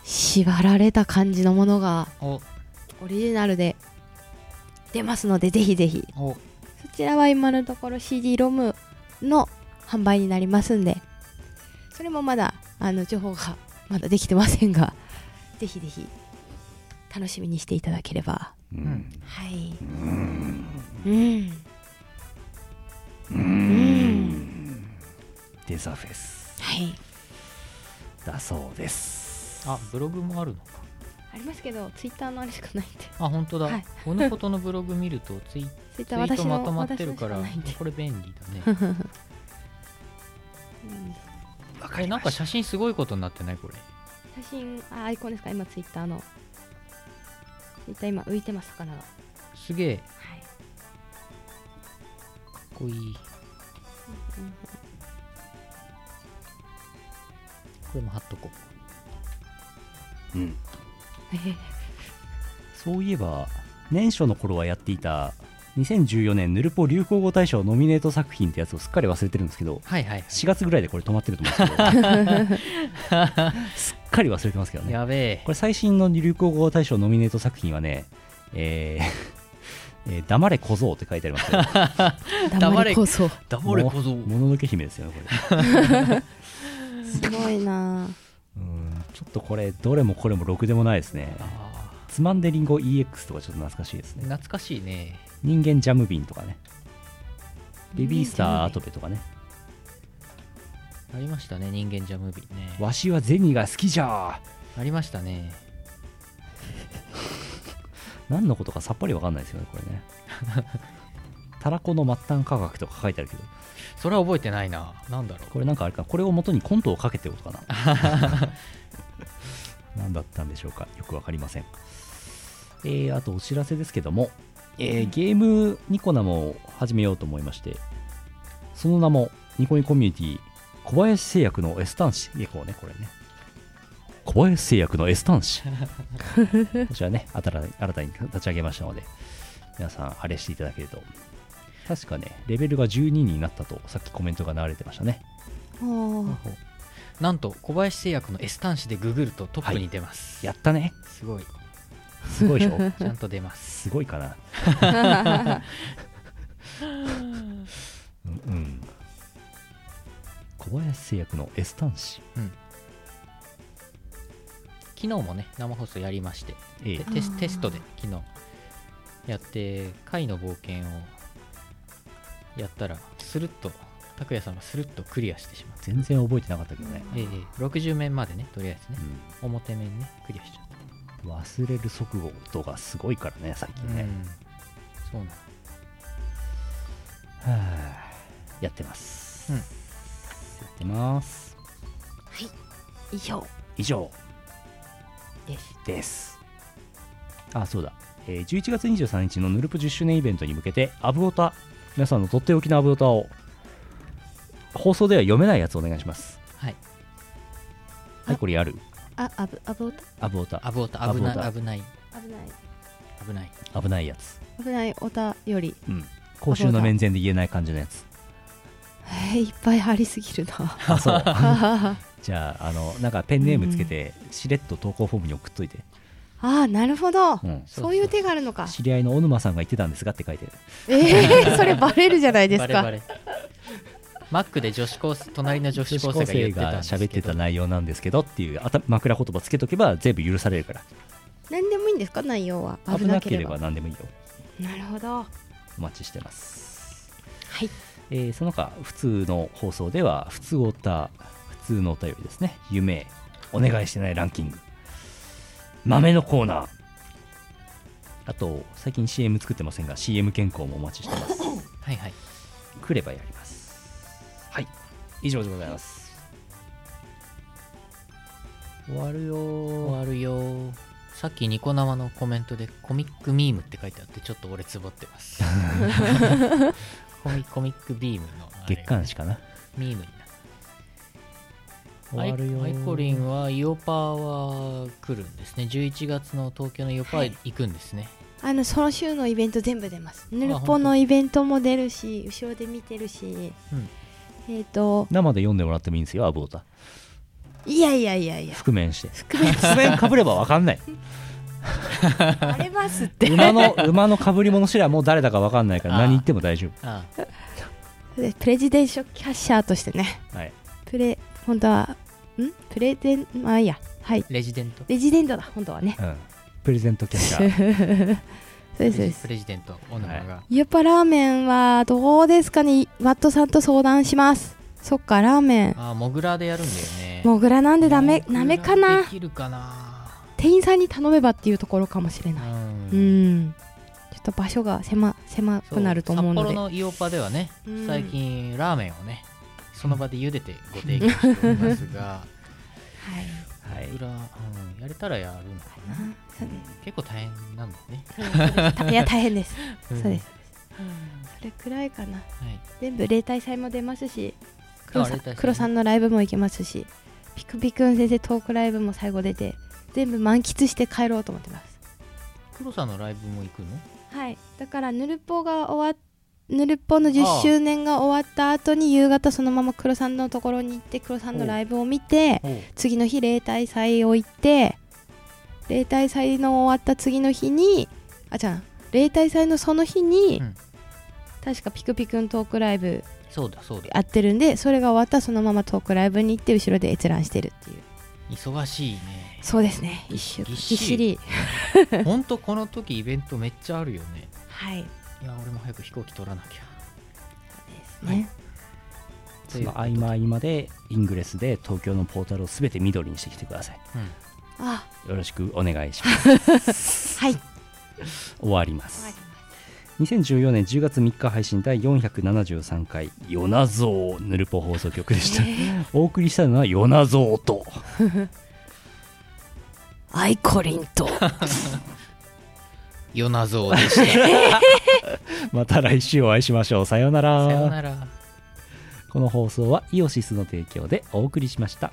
Speaker 1: 縛られた感じのものが
Speaker 3: お
Speaker 1: オリジナルで出ますのでぜひぜひ
Speaker 3: お
Speaker 1: そちらは今のところ CD ロムの販売になりますんでそれもまだあの情報が [laughs] まだできてませんが [laughs] ぜひぜひ楽しみにしていただければ
Speaker 2: うん
Speaker 1: はいうんうん
Speaker 2: デザフェス
Speaker 1: はい
Speaker 2: だそうです
Speaker 3: あブログもあるのか
Speaker 1: ありますけどツイッターのあれしか
Speaker 3: [laughs]
Speaker 1: ないんで
Speaker 3: あ本当だ、
Speaker 1: はい
Speaker 3: オヌフォトのブログ見ると
Speaker 1: [laughs]
Speaker 3: ツイツ
Speaker 1: ツイッ
Speaker 3: イ
Speaker 1: ター
Speaker 3: ー
Speaker 1: 私
Speaker 3: ト
Speaker 1: の
Speaker 3: まとまってるから
Speaker 1: 私のしかないんで
Speaker 3: これ便利だね
Speaker 1: [laughs]
Speaker 2: わ
Speaker 3: えなんか写真すごいことになってないこれ
Speaker 1: 写真あアイコンですか今ツイッターのツイッター今浮いてます魚が
Speaker 3: すげえ
Speaker 1: はい
Speaker 3: かっこいいこれも貼っとこう
Speaker 2: うん
Speaker 1: え
Speaker 2: そういえば年初の頃はやっていた2014年ヌルポ流行語大賞ノミネート作品ってやつをすっかり忘れてるんですけど
Speaker 3: はいはい、
Speaker 2: 4月ぐらいでこれ止まってると思うんで
Speaker 1: [laughs]
Speaker 2: すけどすっかり忘れてますけどね
Speaker 3: やべえ
Speaker 2: これ最新の流行語大賞ノミネート作品はねえーえー黙れ小僧って書いてありますけど
Speaker 1: ー
Speaker 3: 黙
Speaker 1: 黙
Speaker 3: れ
Speaker 1: れこそ
Speaker 3: ダ
Speaker 2: ももののけ姫ですよねこれ
Speaker 1: すごいな
Speaker 2: うんちょっとこれどれもこれもろくでもないですね
Speaker 3: あ
Speaker 2: つまんでりんご EX とかちょっと懐かしいです
Speaker 3: ー
Speaker 2: ね
Speaker 3: 懐かしいね
Speaker 2: 人間ジャムビンとかねベビースターアト
Speaker 1: と
Speaker 2: ベとかね
Speaker 3: ありましたね人間ジャムビーね
Speaker 2: わしはゼニが好きじゃ
Speaker 3: ありましたね
Speaker 2: 何のことかさっぱりわかんないですよねこれ
Speaker 1: [laughs]
Speaker 2: ねたらこの末端価格とか書いてあるけど
Speaker 3: それは覚えてないななんだろ
Speaker 2: これなんかあれかこれを元にコントをかけてことかな何だったんでしょうかよくわかりませんえー、あとお知らせですけども、えーゲームニコ生を始めようと思いましてその名もニコニコミュニティ小林製薬の S 端子いやこうねこれね小林製薬の S 端子こちらね新たに新たに立ち上げましたので皆さんあれしていただけると確かねレベルが12になったとさっきコメントが流れてましたね
Speaker 3: うなんと小林製薬の S 端子でググるとトップに出ます、
Speaker 2: やったね
Speaker 3: すごい
Speaker 2: すごいでしょ
Speaker 3: ちゃんと出ます
Speaker 2: すごいかな
Speaker 3: [laughs]
Speaker 2: うん、うん小林製薬の S 端子
Speaker 3: 昨日もね生放送やりまして
Speaker 2: ええ
Speaker 3: でテステストで昨日やって回の冒険をやったらスルッと拓也さんがスルッとクリアしてしまって、
Speaker 2: 全然覚えてなかったけどね、
Speaker 3: ええ60面までねとりあえずね
Speaker 2: う
Speaker 3: 表面ねクリアしちゃっ
Speaker 2: ん、忘れる速度がすごいからね最
Speaker 3: た、
Speaker 2: 近ね、
Speaker 3: うんそうなの
Speaker 2: はあやってます、
Speaker 3: うん
Speaker 2: やってます
Speaker 1: 以上
Speaker 2: 以上
Speaker 1: です
Speaker 2: ですあそうだ、えー11月23日のヌルプ10周年イベントに向けてアブオタ皆さんのとっておきのアブオタを放送では読めないやつお願いします
Speaker 3: はい
Speaker 2: はいこれやる
Speaker 1: ああぶあぶお
Speaker 2: アブオタ
Speaker 3: 危
Speaker 2: アブオ
Speaker 3: な
Speaker 2: タ
Speaker 3: い危ない
Speaker 1: た危ない
Speaker 3: 危ない
Speaker 2: 危ないやつ
Speaker 1: 危ないおたより
Speaker 2: うん公衆の面前で言えない感じのやつ
Speaker 1: えーいっぱいありすぎるな
Speaker 2: あそう
Speaker 1: あ
Speaker 2: じゃああのなんかペンネームつけてしれっと投稿フォームに送っといて、
Speaker 1: あなるほど
Speaker 2: うん
Speaker 1: そういう手があるのか
Speaker 2: 知り合いの小沼さんが言ってたんですがって書いてる
Speaker 1: えー、それバレるじゃないですか
Speaker 3: バレバレマックで女子高生隣の女子高生が言ってたん
Speaker 2: 女子高
Speaker 3: です
Speaker 2: 生
Speaker 3: け
Speaker 2: 喋って
Speaker 3: ど
Speaker 2: た内容なんですけどっていう頭枕言葉つけとけば全部許されるから
Speaker 1: 何でもいいんですか内容は
Speaker 2: 危
Speaker 1: 危
Speaker 2: な
Speaker 1: な
Speaker 2: け
Speaker 1: け
Speaker 2: れ
Speaker 1: れ
Speaker 2: ば
Speaker 1: ば
Speaker 2: 何でもいいよ
Speaker 1: なるほどは
Speaker 2: お待ちしてます、
Speaker 1: い
Speaker 2: えーその他普通の放送では普通おた普通のお便りですね夢お願いしてないランキング豆のコーナーあと最近 CM 作ってませんが CM 健康もお待ちしてます
Speaker 3: はいはい
Speaker 2: 来ればやりますはい以上でございます終わるよー
Speaker 3: 終わるよーさっきニコ生のコメントでコミックミームって書いてあってちょっと俺つぼってます
Speaker 1: [laughs]
Speaker 3: コミコミックビームのあれが
Speaker 2: 月刊誌かな
Speaker 3: ミームにな
Speaker 2: 終わるよ
Speaker 3: アイアイコリンはイオパーは来るんですね11月の東京のイオパーへ行くんですね、
Speaker 1: あのその週のイベント全部出ますヌル
Speaker 3: 本
Speaker 1: ポ
Speaker 3: 当
Speaker 1: のイベントも出るし後ろで見てるし、
Speaker 3: うん
Speaker 1: えっ、と
Speaker 2: 生で読んでもらってもいいんですよアブオタ
Speaker 1: いやいやいや [laughs] いや
Speaker 2: 覆面して
Speaker 1: 覆面
Speaker 2: 覆面かぶればわかん [laughs] ない
Speaker 1: あれますって
Speaker 2: 馬の馬のかぶり物知らもう誰だかわかんないから
Speaker 3: あー
Speaker 2: 何言っても大丈
Speaker 3: ああ
Speaker 1: でプレジデンションキャッシャーとしてね
Speaker 2: 夫はい
Speaker 1: プレ本当はんプレゼンまあいいやはい
Speaker 3: レジデント
Speaker 1: レジデントだ本当はね
Speaker 2: うんプレゼントキャッシ
Speaker 1: そう
Speaker 2: [laughs] ャ
Speaker 1: ですそうです
Speaker 3: プレジデントオナーが、
Speaker 1: やっぱラーメンはどうですかねワットさんと相談しますそっかラーメン
Speaker 3: ああモグラでやるんだよね
Speaker 1: モグラなんでダメダメかな
Speaker 3: できるかな
Speaker 1: 店員さんに頼めばっていうところかもしれないうん、ちょっと場所が狭狭
Speaker 3: そう
Speaker 1: くなると思うので
Speaker 3: 札幌のイオパではね
Speaker 1: うん
Speaker 3: 最近ラーメンをねその場で茹でてご提供しておりますが
Speaker 1: はい
Speaker 2: はい
Speaker 3: 裏、うん、やれたらやるのかな
Speaker 1: そうです
Speaker 3: 結構大変なんだよね
Speaker 1: [laughs] たいや大変です
Speaker 3: うん
Speaker 1: そうですそれくらいかな
Speaker 3: はい
Speaker 1: 全部例大祭も出ますし黒さ
Speaker 3: 例大祭ね
Speaker 1: 黒さんのライブも行けますしピクピクン先生トークライブも最後出て全部満喫して帰ろうと思ってます
Speaker 3: 黒さんのライブも行くの
Speaker 1: はいだからヌルポが終わっヌルポの10周年が終わった後に夕方そのまま黒さんのところに行って黒さんのライブを見て
Speaker 3: おう
Speaker 1: 次の日例大祭を行って例大祭の終わった次の日にあじゃあ例大祭のその日に、
Speaker 3: うん
Speaker 1: 確かピクピクントークライブ
Speaker 3: そうだそうだ
Speaker 1: やってるんでそれが終わったらそのままトークライブに行って後ろで閲覧してるっていう
Speaker 3: 忙しい
Speaker 1: [laughs]
Speaker 3: ね
Speaker 1: そうですね一週ぎ
Speaker 3: ぎっ
Speaker 1: っ
Speaker 3: しり
Speaker 1: しり
Speaker 3: ほんとこの時イベントめっちゃあるよね
Speaker 1: はいで
Speaker 3: いや俺も早く飛行機取らなきゃ
Speaker 1: すね、
Speaker 3: と
Speaker 2: そ
Speaker 3: いう
Speaker 2: の合間合間でイングレスで東京のポータルを全て緑にしてきてください
Speaker 1: あ
Speaker 2: よろしくお願いします
Speaker 1: はい
Speaker 2: 終わります2014年10月3日配信第473回「ヨナゾウ」ヌルポ放送局でした、お送りしたのは「ヨナゾウ」と
Speaker 1: アイコリンと
Speaker 3: 夜なぞ
Speaker 1: [laughs]
Speaker 3: でした
Speaker 2: また来週お会いしましょうさような
Speaker 3: さよ
Speaker 2: ら
Speaker 3: なら
Speaker 2: この放送はイオシスの提供でお送りしました